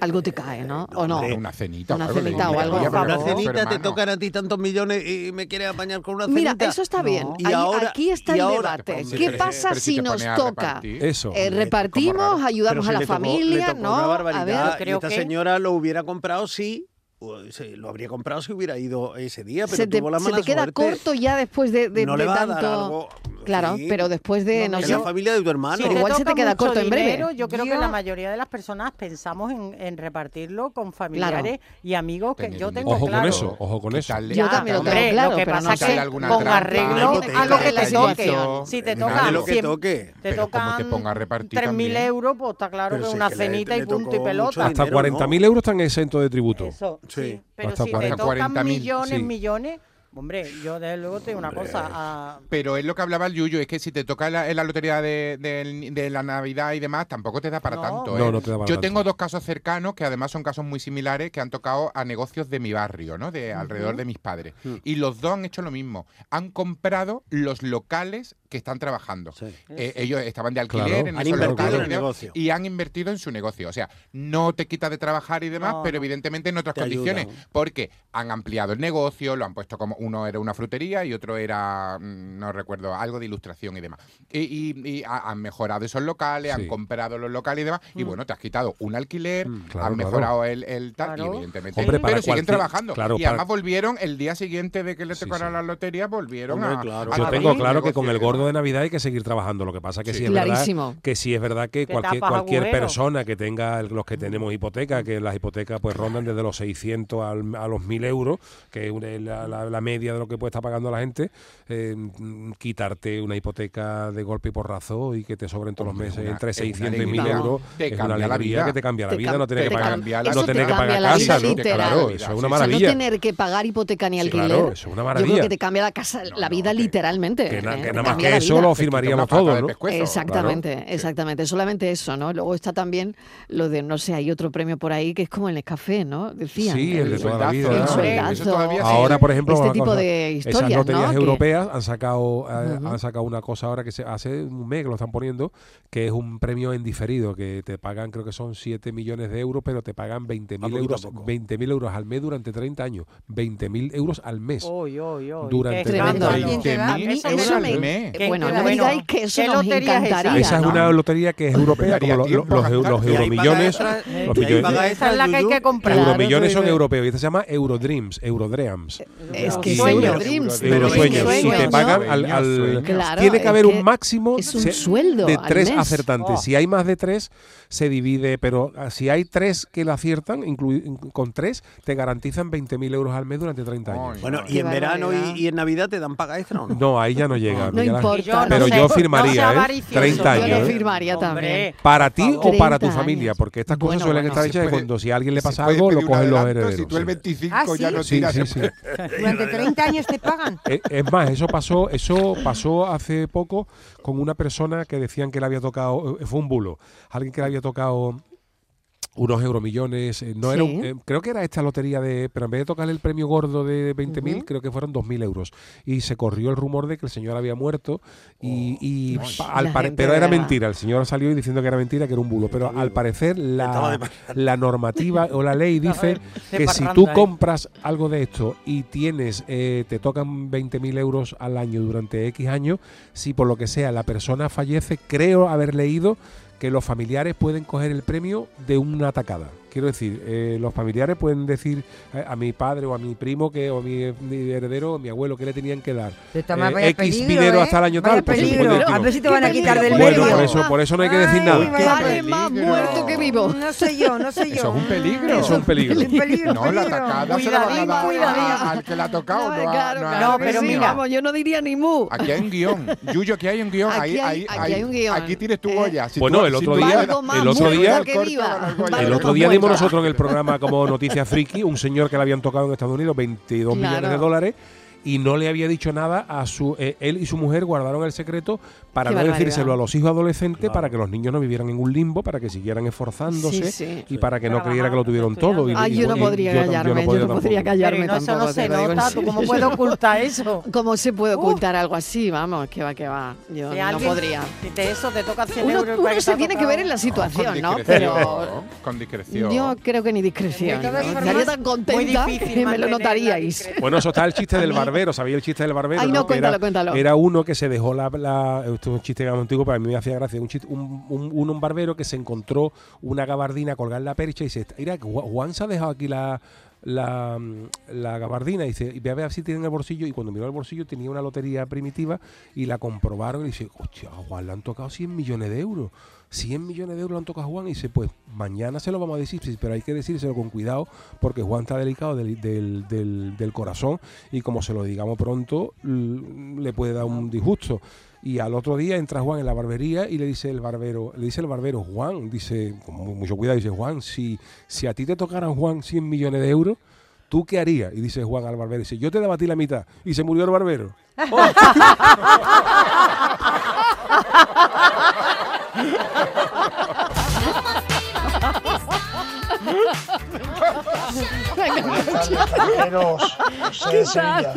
A: Algo te cae, ¿no? ¿O no?
E: Hombre, una
C: cenita
A: Una cenita o algo.
E: Oye, pero
A: por
E: una
A: favor.
E: cenita te tocan a ti tantos millones y me quieres apañar con una
A: Mira,
E: cenita.
A: eso está bien.
E: Y
A: Ahí-
E: ahora-
A: aquí está
E: y
A: el
E: ahora-
A: debate.
E: Hombre,
A: ¿Qué
E: pero-
A: pasa
E: pero
A: si,
E: te
A: nos
E: pones a
A: toca?
E: repartir.
A: Eh, repartimos,
E: Pero
A: ayudamos
E: si
A: a la
E: le tocó- le
A: familia,
E: tocó
A: ¿no?
E: Una
A: a
E: barbaridad.
A: ver,
E: Y esta señora lo hubiera comprado si o, se- lo habría comprado si hubiera ido ese día, pero
A: se te,
E: tuvo la
A: se
E: mala
A: te queda
E: suerte.
A: corto ya después de, de-
E: No le
A: de
E: va a
A: tanto.
E: dar algo,
A: claro,
E: sí.
A: pero después de no
E: en
A: sé.
E: la familia de tu hermano.
A: Pero igual se te queda corto en breve.
G: Pero yo creo que la mayoría de las personas pensamos en, en repartirlo con familiares y amigos que yo tengo
F: Ojo
G: claro.
F: con eso, ojo con eso.
G: Ya, hombre, Lo que pasa es que con arreglo a lo que te toque. Si te toca, cien- te tocan
C: ponga a repartir
G: 3.000 euros, pues está claro
C: Pero
G: que
C: si es
G: una
C: que le-
G: cenita
C: le
G: y punto y
C: tocó mucho
G: pelota.
F: Hasta 40.000 euros están exentos de tributo.
G: Eso, sí. Pero
F: Hasta
G: si te tocan
F: 40.000,
G: millones,
F: sí.
G: millones, hombre, yo desde luego te digo una cosa. a-
C: Pero es lo que hablaba el Yuyu, es que si te toca la, en la lotería de, de- de la Navidad y demás, tampoco te da para tanto. ¿eh?
F: No, no te da para
C: Yo
F: tanto.
C: tengo dos casos cercanos, que además son casos muy similares, que han tocado a negocios de mi barrio, ¿no? De alrededor de mis padres.
F: Mm.
C: Y los dos han hecho lo mismo. Han comprado los locales que están trabajando. Eh, ellos estaban de alquiler
F: Claro.
C: en
F: Han
C: esos
F: invertido
C: locales
F: en el
C: y demás,
F: negocio.
C: y han invertido en su negocio. O sea, no te quita de trabajar y demás,
F: No,
C: pero
F: no.
C: evidentemente en otras
F: Te
C: condiciones.
F: ayudan.
C: Porque han ampliado el negocio, lo han puesto como uno era una frutería y otro era, mm, no recuerdo, algo de ilustración y demás. Y, y- y ha- han mejorado esos locales, han
F: Sí.
C: comprado los locales y demás. Y
F: Mm.
C: bueno, te has quitado un alquiler,
F: claro,
C: han
F: claro.
C: mejorado el, el tal, y
F: Claro.
C: evidentemente.
F: Hombre, para
C: pero siguen
F: cualquier-
C: trabajando.
F: claro,
C: y
F: para-
C: además volvieron el día siguiente de que le tocaron la lotería, volvieron
F: Hombre,
C: a.
F: claro.
C: a
F: Yo
C: abrir
F: tengo claro que
C: negocios
F: con el
C: y demás.
F: acuerdo de Navidad hay que seguir trabajando. Lo que pasa que sí,
A: Sí.
F: es verdad
A: Clarísimo.
F: que sí es verdad que
A: Que
F: cualquier,
A: tapas
F: cualquier
A: agujeros.
F: persona que tenga el- los que tenemos hipoteca, que las hipotecas pues rondan desde los 600 al- a los 1000 euros, que es una- la, la- la media de lo que puede estar pagando la gente, eh, mm, quitarte una hipoteca de golpe y porrazo y que te sobren todos los meses
C: una-
F: entre
C: es una
F: 600 y
C: alegría.
F: 1000 euros,
C: Te
F: es una
C: cambia la
F: alegría
C: vida.
F: que te cambia la
C: Te
F: vida,
C: cam-
F: no tener
C: te
F: que pagar,
C: cambia la
F: no tener
C: vida.
F: que
C: Eso te
F: pagar
C: cambia la
F: casa,
C: vida,
F: ¿no?
C: literal.
F: claro, eso es una
A: O sea, no
F: maravilla.
A: tener que pagar hipoteca ni alquiler.
F: claro, eso es una
A: Yo creo
F: maravilla.
A: que te cambia la casa, la vida literalmente.
F: Que, na-
A: ¿eh?
F: que
A: Te
F: nada más
A: cambia
F: que
A: la
F: eso
A: vida.
F: lo firmaríamos todos, ¿no?
A: Exactamente, exactamente. Solamente eso, ¿no? Luego está también lo de, no sé, hay otro premio por ahí que es como el Nescafé, ¿no? Decían.
F: Sí, el de toda la vida.
A: El
F: ¿no?
A: sueldazo.
F: Ahora, por ejemplo,
A: Este
F: una
A: tipo
F: cosa,
A: de
F: esas
A: historias,
F: loterías
A: ¿no? Que-
F: europeas han sacado eh,
A: Ujú.
F: han sacado una cosa ahora que se hace un mes que lo están poniendo, que es un premio en diferido, que te pagan, creo que son 7 millones de euros, pero te pagan 20.000
E: poquito a
F: euros,
E: poco.
F: 20.000 euros al mes durante 30 años. 20.000 euros al mes.
G: Oy, oy, oy,
F: Durante
G: qué escándalo.
F: 20.000
G: Eso
F: euros
G: me-
F: al mes.
G: qué
A: Bueno, no me
G: bueno.
A: digáis que eso
G: ¿Qué
A: nos
G: lotería es esa?
A: encantaría.
F: Esa es
A: ¿no?
F: una lotería que es europea, como lo- lo- los, eu- los
E: Y ahí paga
F: euromillones.
E: extra, eh,
F: los
E: y ahí
F: millones-
E: paga
G: Esa es la que hay que comprar.
F: Euromillones son
E: Claro,
F: europeos y este se llama Eurodreams, Eurodreams.
A: Es que
F: Y-
A: es Eurodreams, pero es que
F: Eurosueños. Y te
A: sueños,
F: pagan
A: ¿no?
F: al... al-
A: Sueños. Claro,
F: tiene
A: es
F: que haber
A: que
F: un máximo
A: es un
F: se-
A: sueldo
F: de
A: al
F: tres
A: mes.
F: acertantes.
A: Oh.
F: Si hay más de tres, se divide, pero ah, si hay tres que la aciertan, inclu- in- con tres, te garantizan 20.000 euros al mes durante 30 años.
E: Bueno, y en verano y, y en Navidad te dan paga extra o no?
F: No, ahí ya no llega. Miguel Ángel.
A: importa. Yo no
F: pero
A: sé,
F: yo
A: no sea
F: firmaría, ¿eh?
A: avaricioso,
F: 30 años.
A: Yo lo
F: ¿eh?
A: firmaría también.
F: Para ti o para tu
A: 30
F: familia,
A: años.
F: porque estas cosas
A: Bueno,
F: suelen
A: bueno.
F: estar
A: Se
F: hechas de
A: puede-
F: cuando si a alguien le
A: se
F: pasa
A: puede
F: algo, lo
A: pedir un
F: cogen los
A: adelanto,
F: herederos.
A: si tú el
F: sí.
C: 25
D: Ah, ya ¿sí? no
F: Sí,
C: tiras,
F: sí,
C: se
F: sí.
D: Durante 30 años te pagan.
F: Eh, Es más, eso pasó, eso pasó hace poco con una persona que decían que le había tocado, eh, fue un bulo, alguien que le había tocado unos euromillones, eh, no era un-
N: Sí.
F: eh, creo que era esta lotería de, pero en vez de tocarle el premio gordo de 20.000,
N: Ujú.
F: creo que fueron 2.000 euros. Y se corrió el rumor de que el señor había muerto, y, y
N: Dios.
F: pa- al
N: Oh. La
F: pare-
N: gente
F: pero
N: de
F: era
N: verdad.
F: mentira, el señor salió diciendo que era mentira, que era un bulo, pero al parecer
N: Estaba de
F: la, la normativa o la ley dice
N: de
F: que si
N: parranda,
F: tú
N: ¿eh?
F: compras compras algo de esto y tienes, eh, te tocan 20.000 euros al año durante X años, si por lo que sea la persona fallece, creo haber leído que los familiares pueden coger el premio de una atacada. Quiero decir, eh, los familiares pueden decir eh, a mi padre o a mi primo que o a mi, mi heredero o mi abuelo que le tenían que dar
D: Está mal, vaya
F: X
D: peligro,
F: dinero
D: ¿eh?
F: hasta el año
D: Vaya
F: tal. pues, por
D: peligro.
F: 51.
D: A ver si te van a quitar del
F: Bueno,
D: medio.
F: por eso, por eso no hay que decir nada.
D: Vale,
A: más muerto que vivo.
D: No sé yo, no sé yo.
C: Eso es un peligro.
F: Eso es un peligro. Es un peligro,
C: No, la atacada se la van a
A: Cuidadín,
C: dar
A: cuidadín.
C: a- al que la ha tocado. no, a-
A: Claro,
C: no, a-
A: claro que sí,
C: mira,
A: vamos, yo no diría ni mu.
C: Aquí hay un guión. Yuyo, aquí hay un guión. Ahí-
A: Aquí hay-
C: ahí-
A: aquí
C: ahí-
A: hay un guión.
C: Aquí tienes tu olla. Si
F: Bueno,
C: tú-
F: el
C: si
F: otro
C: tú
F: día-
C: valgo más
F: el otro
C: muerta
F: día-
C: que
A: Que viva. pues
F: El otro día dimos nosotros en el programa como noticia friki un señor que le habían tocado en Estados Unidos 22 millones de
A: Claro.
F: dólares y no le había dicho nada a su eh, él y su mujer guardaron el secreto para
A: Qué
F: no
A: barbaridad.
F: decírselo a los hijos adolescentes para que los niños no vivieran en un limbo para que siguieran esforzándose
A: Sí, sí.
F: y para que no creyera que lo tuvieron todo y,
A: Ay,
F: y-
A: yo no
F: y-
A: podría
F: yo tam-
A: callarme, yo no
F: tampoco.
A: podría callarme
G: Pero no, eso no
A: tampoco,
G: se
A: te lo digo en
G: nota, ¿tú
A: serio.
G: cómo puedes ocultar eso?
A: ¿Cómo se puede ocultar algo así? Vamos, que va, que va. Yo
G: Si
A: no
G: alguien-
A: podría.
G: Si te eso te toca 100
A: Uno,
G: euros.
A: uno
G: para
A: se
G: te ha
A: tiene que
G: tocado.
A: ver en la situación, ¿no?
C: Discreción,
A: Pero
C: ¿no? Con discreción.
A: yo creo que ni discreción.
G: De
A: ¿no?
G: todas formas,
A: Estaría tan
G: muy
A: contenta que
G: difícil
A: me lo
G: mantener la
A: notaríais.
F: Bueno, eso está el chiste del barbero, ¿sabéis el chiste del barbero?
A: Ay, no,
F: Que
A: cuéntalo,
F: era,
A: cuéntalo.
F: Era uno que se dejó la... la- esto es un chiste antiguo, pero a mí me hacía gracia. Un, chiste- un, un- un- un barbero que se encontró una gabardina colgada en la percha y dice, mira, Ju- Juan se ha dejado aquí la... La, mm, la gabardina y dice, y ve a ver si tiene en el bolsillo y cuando miró el bolsillo tenía una lotería primitiva y la comprobaron y dice, hostia, a Juan le han tocado 100 millones de euros 100 millones de euros le han tocado a Juan y dice, pues mañana se lo vamos a decir, sí, pero hay que decírselo con cuidado porque Juan está delicado del, del- del- del corazón y como se lo digamos pronto l- le puede dar un disgusto. Y al otro día entra Juan en la barbería y le dice el barbero, le dice el barbero, Juan, dice, con mu- mucho cuidado, dice, Juan, si, si a ti te tocaran Juan 100 millones de euros, ¿tú qué harías? Y dice Juan al barbero, dice, yo te daba a ti la mitad. Y se murió el barbero.
Q: Compañeros, José de Sevilla.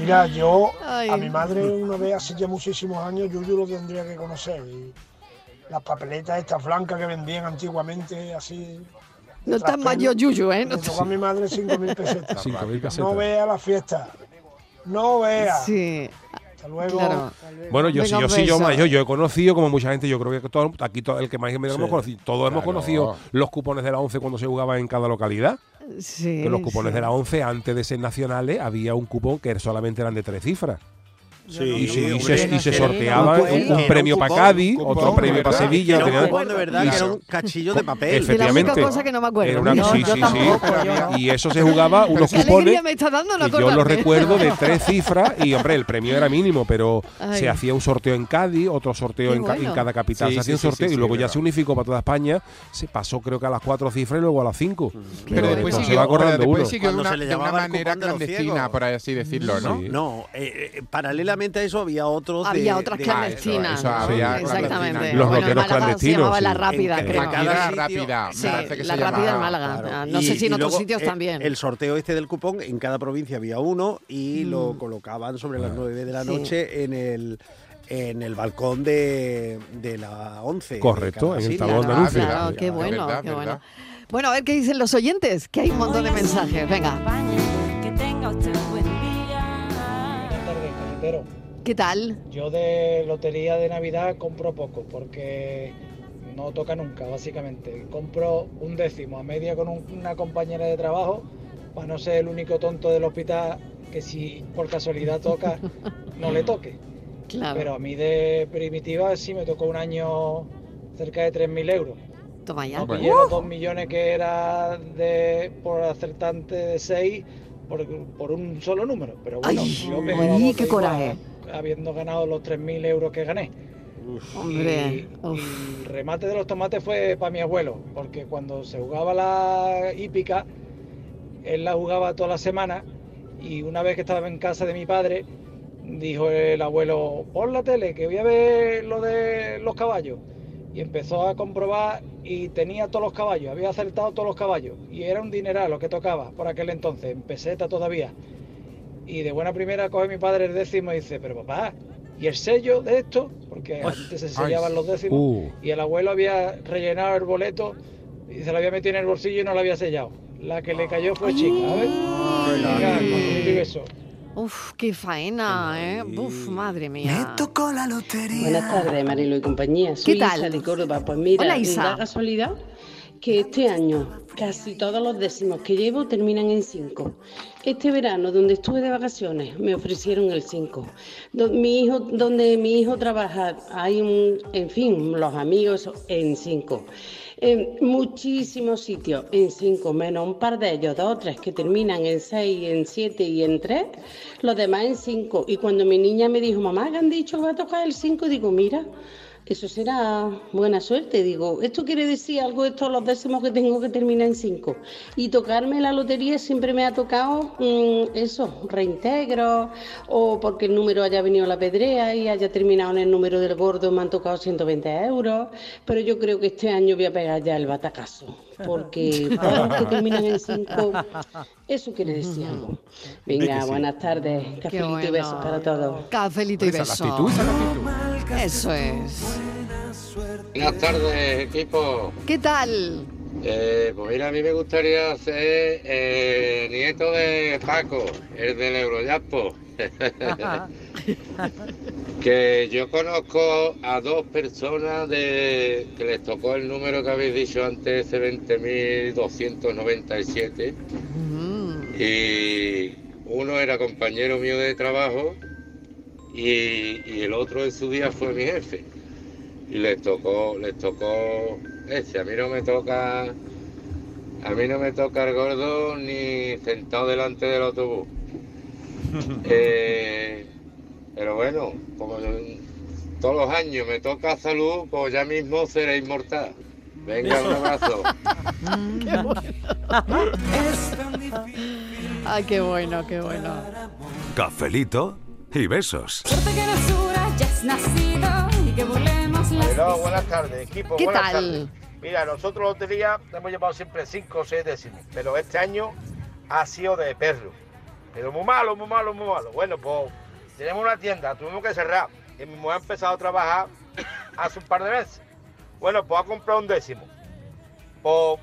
Q: Mira, yo a
A: Ay.
Q: mi madre una vez hace ya muchísimos años, yo, yo lo tendría que conocer. Y las papeletas estas blancas que vendían antiguamente, así.
A: No tan
Q: Trapeño.
A: mayor Yuyu, ¿eh?
Q: Le tocó a mi madre 5.000 pesetas.
F: 5.000
Q: No
F: pesetas.
Q: vea la fiesta. No vea.
A: Sí.
Q: Hasta luego.
A: Claro.
F: Bueno, yo sí,
A: Venga,
F: yo
A: un
F: sí, yo,
A: beso.
F: más, yo, yo he conocido, como mucha gente, yo creo que todo, aquí todo, el que más y menos
A: Sí,
F: hemos conocido, todos hemos
A: claro.
F: conocido los cupones de la 11 cuando se jugaba en cada localidad.
A: Sí,
F: que los cupones
A: sí.
F: de la 11, antes de ser nacionales, había un cupón que solamente eran de tres cifras.
E: Sí,
F: y, se- y
E: hombre,
F: se, y se
E: que era
F: sorteaba
E: un
F: un,
E: cupón,
F: premio
E: un
F: para
E: cupón,
F: Cádiz,
E: cupón,
F: otro premio para
E: ¿verdad?
F: Sevilla.
E: Que era un
F: tenía-
E: cupón de verdad,
F: y
E: que era
F: se-
E: un cachillo de papel.
F: Efectivamente.
A: De la única cosa que no me acuerdo.
F: Era una-
A: No,
F: sí,
A: yo
F: sí,
A: tampoco,
F: sí.
A: yo.
F: Y eso se jugaba Ah, unos
A: Qué alegría
F: cupones
A: me está dando no
F: que yo lo
A: acordarme.
F: recuerdo de tres cifras y hombre el premio era mínimo pero
A: Ay.
F: se hacía un sorteo en Cádiz otro sorteo
A: Qué
F: en, ca-
A: bueno.
F: en cada capital
C: Sí,
F: se hacía
C: sí,
F: un
C: sí,
F: sorteo
C: sí,
F: y
C: sí,
F: luego ya
C: verdad.
F: se unificó para toda España se pasó creo que a las cuatro cifras y luego a las cinco pero,
C: Mm. después
F: después se
C: siguió-
F: va acordando
C: pero después
F: uno
C: siguió de una, de una
E: el cupón
C: manera
E: de los
C: clandestina,
E: ciegos.
C: por así decirlo, ¿no?
F: Sí.
E: No, eh, eh, paralelamente a eso había otros. de-
A: Había otras
E: de-
A: clandestinas.
E: Ah, eso, eso había
A: Exactamente.
E: clandestinas.
F: Los
A: Bueno, en
F: rockeros
A: Málaga Se
F: clandestinos,
A: llamaba La
F: sí.
A: Rápida,
E: En
A: creo.
E: cada sitio-
A: Sí, La Rápida en Málaga. Ah, No
E: Y-
A: sé si en
E: y
A: otros
E: luego,
A: sitios
E: eh,
A: también.
E: El sorteo este del cupón, en cada provincia había uno y lo colocaban sobre
F: Ah.
E: las 9 de la
A: Mm. Sí.
E: noche en el en el balcón de, de la 11. de
F: Correcto,
E: cada
F: en el
E: sitio.
F: tablón de
A: Claro, claro, qué bueno, qué bueno. Bueno, a ver qué dicen los oyentes, que hay un montón de mensajes. Venga,
S: Que tenga usted un buen día.
I: Carretero.
A: ¿qué tal?
I: Yo de lotería de Navidad compro poco porque no toca nunca, básicamente. Compro un décimo a media con un- una compañera de trabajo para no ser el único tonto del hospital que si por casualidad toca, no le toque.
A: Claro.
I: Pero a mí de primitiva sí me tocó un año cerca de 3.000 euros.
A: Toma ya.
I: No pillé los 2 millones que era de, por acertante de 6 por, por un solo número. Pero bueno, yo me
A: ay,
I: ganaba
A: qué
I: los
A: coraje.
I: mismos Habiendo ganado los 3.000 euros que gané.
A: Hombre,
I: Y- y el remate de los tomates fue para mi abuelo, porque cuando se jugaba la hípica, él la jugaba toda la semana y una vez que estaba en casa de mi padre, dijo el abuelo, pon la tele, que voy a ver lo de los caballos. Y empezó a comprobar y tenía todos los caballos, había acertado todos los caballos. Y era un dineral lo que tocaba por aquel entonces, en peseta todavía. Y de buena primera coge mi padre el décimo y dice, pero papá, ¿y el sello de esto? Porque antes se sellaban los décimos.
F: Uh.
I: Y el abuelo había rellenado el boleto y se lo había metido en el bolsillo y no lo había sellado. La que le cayó fue chica, ¿sabes? Venga, con un beso.
A: Uf, qué faena, ¿eh? Uf, madre mía.
B: tocó la lotería.
T: Buenas tardes, Marilo y compañía. Soy
A: ¿Qué tal?
T: Isa de Córdoba. Pues mira,
A: Hola, Isa.
T: da casualidad que este año casi todos los décimos que llevo terminan en 5. Este verano, donde estuve de vacaciones, me ofrecieron el 5. Mi hijo, donde mi hijo trabaja, hay un, en fin, los amigos en 5. En muchísimos sitios en 5, menos un par de ellos, dos o tres que terminan en 6, en 7 y en 3, los demás en 5. Y cuando mi niña me dijo, mamá, que han dicho que va a tocar el 5, digo, mira, eso será buena suerte, digo. Esto quiere decir algo de todos los décimos que tengo que terminar en 5. Y tocarme la lotería siempre me ha tocado mm, eso, reintegro, o porque el número haya venido la pedrea y haya terminado en el número del gordo, me han tocado 120 euros. Pero yo creo que este año voy a pegar ya el batacazo, porque todos los que terminan en 5, eso quiere decir algo.
A: Es que
T: Venga,
A: sí.
T: buenas tardes, cafelito y
A: bueno.
T: besos para todos.
A: Cafelito y
T: Esa es la
A: beso.
T: actitud, esa es
A: Eso es.
U: Buenas tardes, equipo.
A: ¿Qué tal?
U: Eh, pues mira, a mí me gustaría ser eh, nieto de Paco, el del Euroyaspo. que yo conozco a dos personas de, que les tocó el número que habéis dicho antes, ese 20.297. Y uno era compañero mío de trabajo y, y el otro en su día fue mi jefe. Y les tocó, les tocó ese. A mí no me toca, a mí no me toca el gordo ni sentado delante del autobús. Eh, pero bueno, como yo- todos los años me toca salud, pues ya mismo seré inmortal. Venga, un abrazo.
A: Ay, qué bueno, qué bueno.
N: Cafelito y besos.
S: Que los suras ya has nacido y que burlemos las
V: Pero buenas tardes, equipo.
A: ¿Qué tal?
V: buenas tardes. Mira, nosotros lotería hemos llevado siempre 5 o 6 décimos, pero este año ha sido de perro. Pero muy malo, muy malo, muy malo. Bueno, pues tenemos una tienda, tuvimos que cerrar. Y mi mujer ha empezado a trabajar hace un par de meses. Bueno, pues ha comprado un décimo. Pues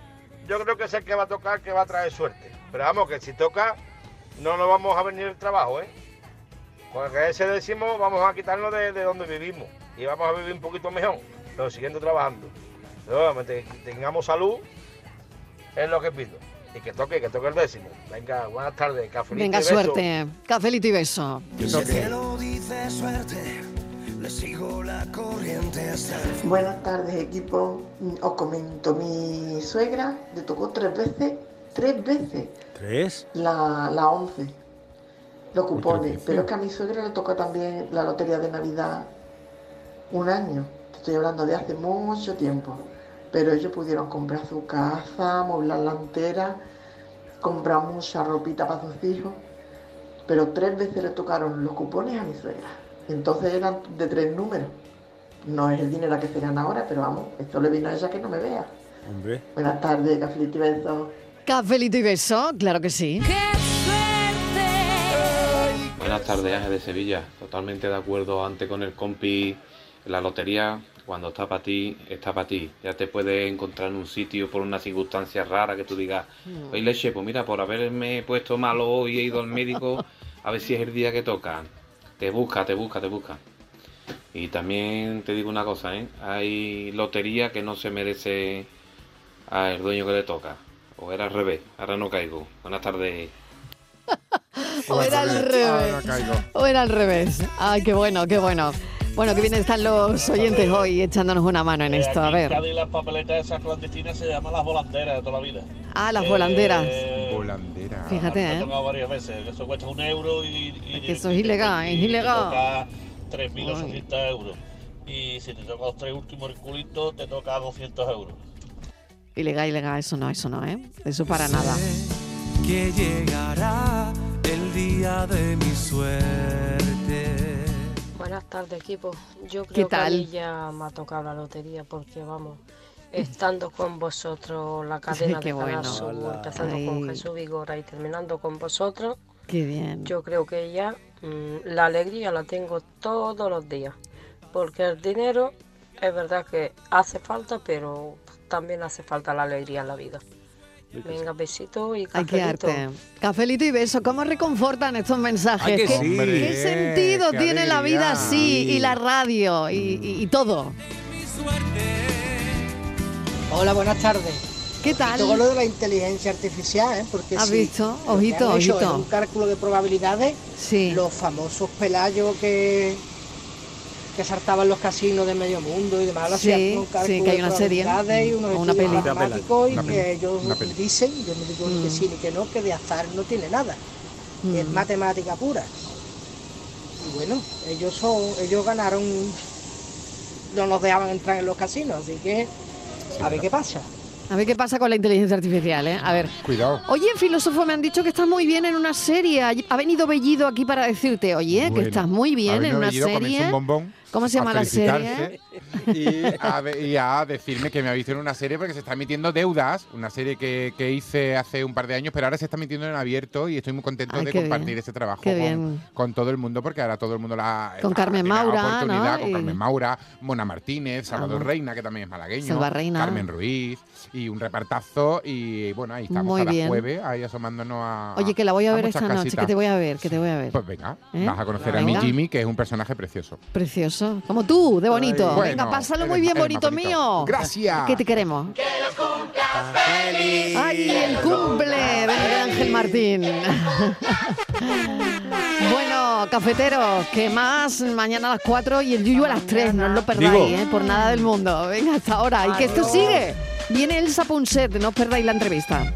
V: yo creo que es el que va a tocar, que va a traer suerte. Pero vamos, que si toca, no nos vamos a venir el trabajo, ¿eh? Porque ese décimo vamos a quitarnos de, de donde vivimos y vamos a vivir un poquito mejor, pero siguiendo trabajando. Pero vamos, te- tengamos salud, es lo que pido. Y que toque, que toque el décimo. Venga, buenas tardes, café.
A: Venga, suerte. Cafelito y beso.
V: Que toque.
B: de suerte, le sigo la corriente hasta el fin.
H: Buenas tardes, equipo. Mm, Os comento, mi suegra le tocó tres veces, tres veces
E: ¿Tres?
H: la, la 11, los cupones.
E: veces.
H: Pero es que a mi suegra le tocó también la lotería de Navidad un año. Te Estoy hablando de hace mucho tiempo. Pero ellos pudieron comprar su casa, la entera, comprar mucha ropita para sus hijos. Pero tres veces le tocaron los cupones a mi suegra. Entonces eran de tres números. No es el dinero que se gana ahora, pero vamos, esto le vino a ella que no me vea.
E: Hombre.
H: Buenas tardes, Cafelito y besos.
A: Cafelito y beso, claro que sí.
W: Buenas tardes, Ángel de Sevilla. Totalmente de acuerdo antes con el compi. La lotería, cuando está para ti, está para ti. Ya te puedes encontrar en un sitio por una circunstancia rara que tú digas, oye leche, pues mira, por haberme puesto malo hoy he ido al médico a ver si es el día que toca. Te busca, te busca, te busca. Y también te digo una cosa, ¿eh? Hay lotería que no se merece al dueño que le toca. O era al revés, ahora no caigo. Buenas tardes.
A: O era al revés. O era al revés. Ay, qué bueno, qué bueno. Bueno, qué bien están los oyentes hoy echándonos una mano en
X: Eh, aquí
A: esto. A
X: en
A: ver.
X: Cádiz las papeletas esas clandestinas se llaman las volanderas de toda la vida. Eh,
A: Ah, las volanderas.
C: Volanderas.
A: Fíjate,
X: Me ha
A: ¿eh?
X: tocado varias veces. Eso cuesta un euro y... y-
A: Es que eso es ilegal,
X: y
A: es
X: te
A: ilegal.
X: toca 3.800 euros. Y si te toca los tres últimos el culito, te toca 200 euros.
A: Ilegal, ilegal, eso no, eso no, ¿eh? Eso para nada.
B: Que llegará el día de mi suerte.
Y: Buenas tardes, equipo. Yo
A: ¿Qué
Y: creo que a
A: tal?
Y: mí ya me ha tocado la lotería porque, vamos, estando con vosotros la cadena
A: Qué
Y: de Canal
A: bueno.
Y: Sur,
A: Hola.
Y: empezando
A: Ay.
Y: con Jesús Vigora y terminando con vosotros,
A: Qué bien.
Y: yo creo que ya mm, la alegría la tengo todos los días. Porque el dinero es verdad que hace falta, pero también hace falta la alegría en la vida. Venga, besitos y
A: Hay que
Y: cafelito.
A: arte. Cafelito y beso. ¿Cómo reconfortan estos mensajes?
Y: Ay, que
A: ¿Qué,
Y: sí. Hombre,
A: qué sentido
Y: qué
A: tiene la vida
Y: alegría.
A: así? Y la radio y, y- y todo.
G: Hola, buenas tardes.
A: ¿Qué tal?
G: Todo lo de la inteligencia artificial, ¿eh? Porque
A: ¿Has
G: sí,
A: visto?
G: lo que
A: Ojito,
G: han hecho
A: ojito.
G: es un cálculo de probabilidades. Los famosos pelayos que que saltaban los casinos de medio mundo y demás. Ahora
A: Sí,
G: hacen un
A: sí,
G: cálculo
A: que hay
G: de
A: una serie,
G: probabilidades Y unos
A: o una
G: estudios
A: peli.
G: matemáticos y
A: Una peli,
G: que ellos
A: una peli.
G: dicen, yo no digo ni que
A: Mm.
G: sí ni que no, que de azar no tiene nada. que Es
A: Mm.
G: matemática pura. Y bueno, ellos son, ellos ganaron, no nos dejaban entrar en los casinos, así que a ver qué pasa.
A: A ver qué pasa con la inteligencia artificial, ¿eh? A ver.
C: Cuidado.
A: Oye, filósofo, me han dicho que estás muy bien en una serie. Ha venido Bellido aquí para decirte, oye, que
C: Bueno,
A: estás muy
C: ha
A: bien en
C: venido
A: una
C: Bellido, comerse
A: serie.
C: un bombón,
A: ¿Cómo se
C: a
A: llama la serie?
C: felicitarse Y a, ve- y a decirme que me ha visto en una serie porque se está emitiendo Deudas, una serie que, que hice hace un par de años, pero ahora se está emitiendo en abierto y estoy muy contento
A: Ay,
C: de
A: qué
C: compartir
A: bien,
C: ese trabajo
A: qué
C: con,
A: bien.
C: con todo el mundo porque ahora todo el mundo la
A: Con
C: la-
A: Carmen
C: tiene la
A: Maura, ¿no?
C: oportunidad, con
A: Y-
C: Carmen Maura, Mona Martínez, Salvador
A: Vamos.
C: Reina, que también es malagueño,
A: Salva Reina.
C: Carmen Ruiz y un repartazo y bueno, ahí estamos
A: Muy
C: cada
A: bien.
C: jueves ahí asomándonos a
A: Oye, que la voy a ver
C: muchas
A: esta noche, que
C: casitas.
A: te voy a ver, que te voy a ver.
C: Pues venga,
A: ¿Eh?
C: vas a conocer a
A: Venga.
C: mi Jimmy, que es un personaje precioso.
A: Precioso. Como tú, de bonito.
C: Ay.
A: Venga,
C: Bueno,
A: pásalo
C: eres
A: muy bien,
C: más- eres
A: bonito,
C: más bonito.
A: mío.
C: Gracias.
A: Que te queremos.
B: feliz.
A: ¡Ay, el cumple de Miguel Ángel Martín! bueno, cafeteros, que más mañana a las 4 y el Yuyu a las 3, no os lo perdáis,
B: Digo.
A: ¿eh? por nada del mundo. Venga, hasta ahora. Y que esto
B: Adiós.
A: sigue. Viene Elsa Punset, no os perdáis la entrevista.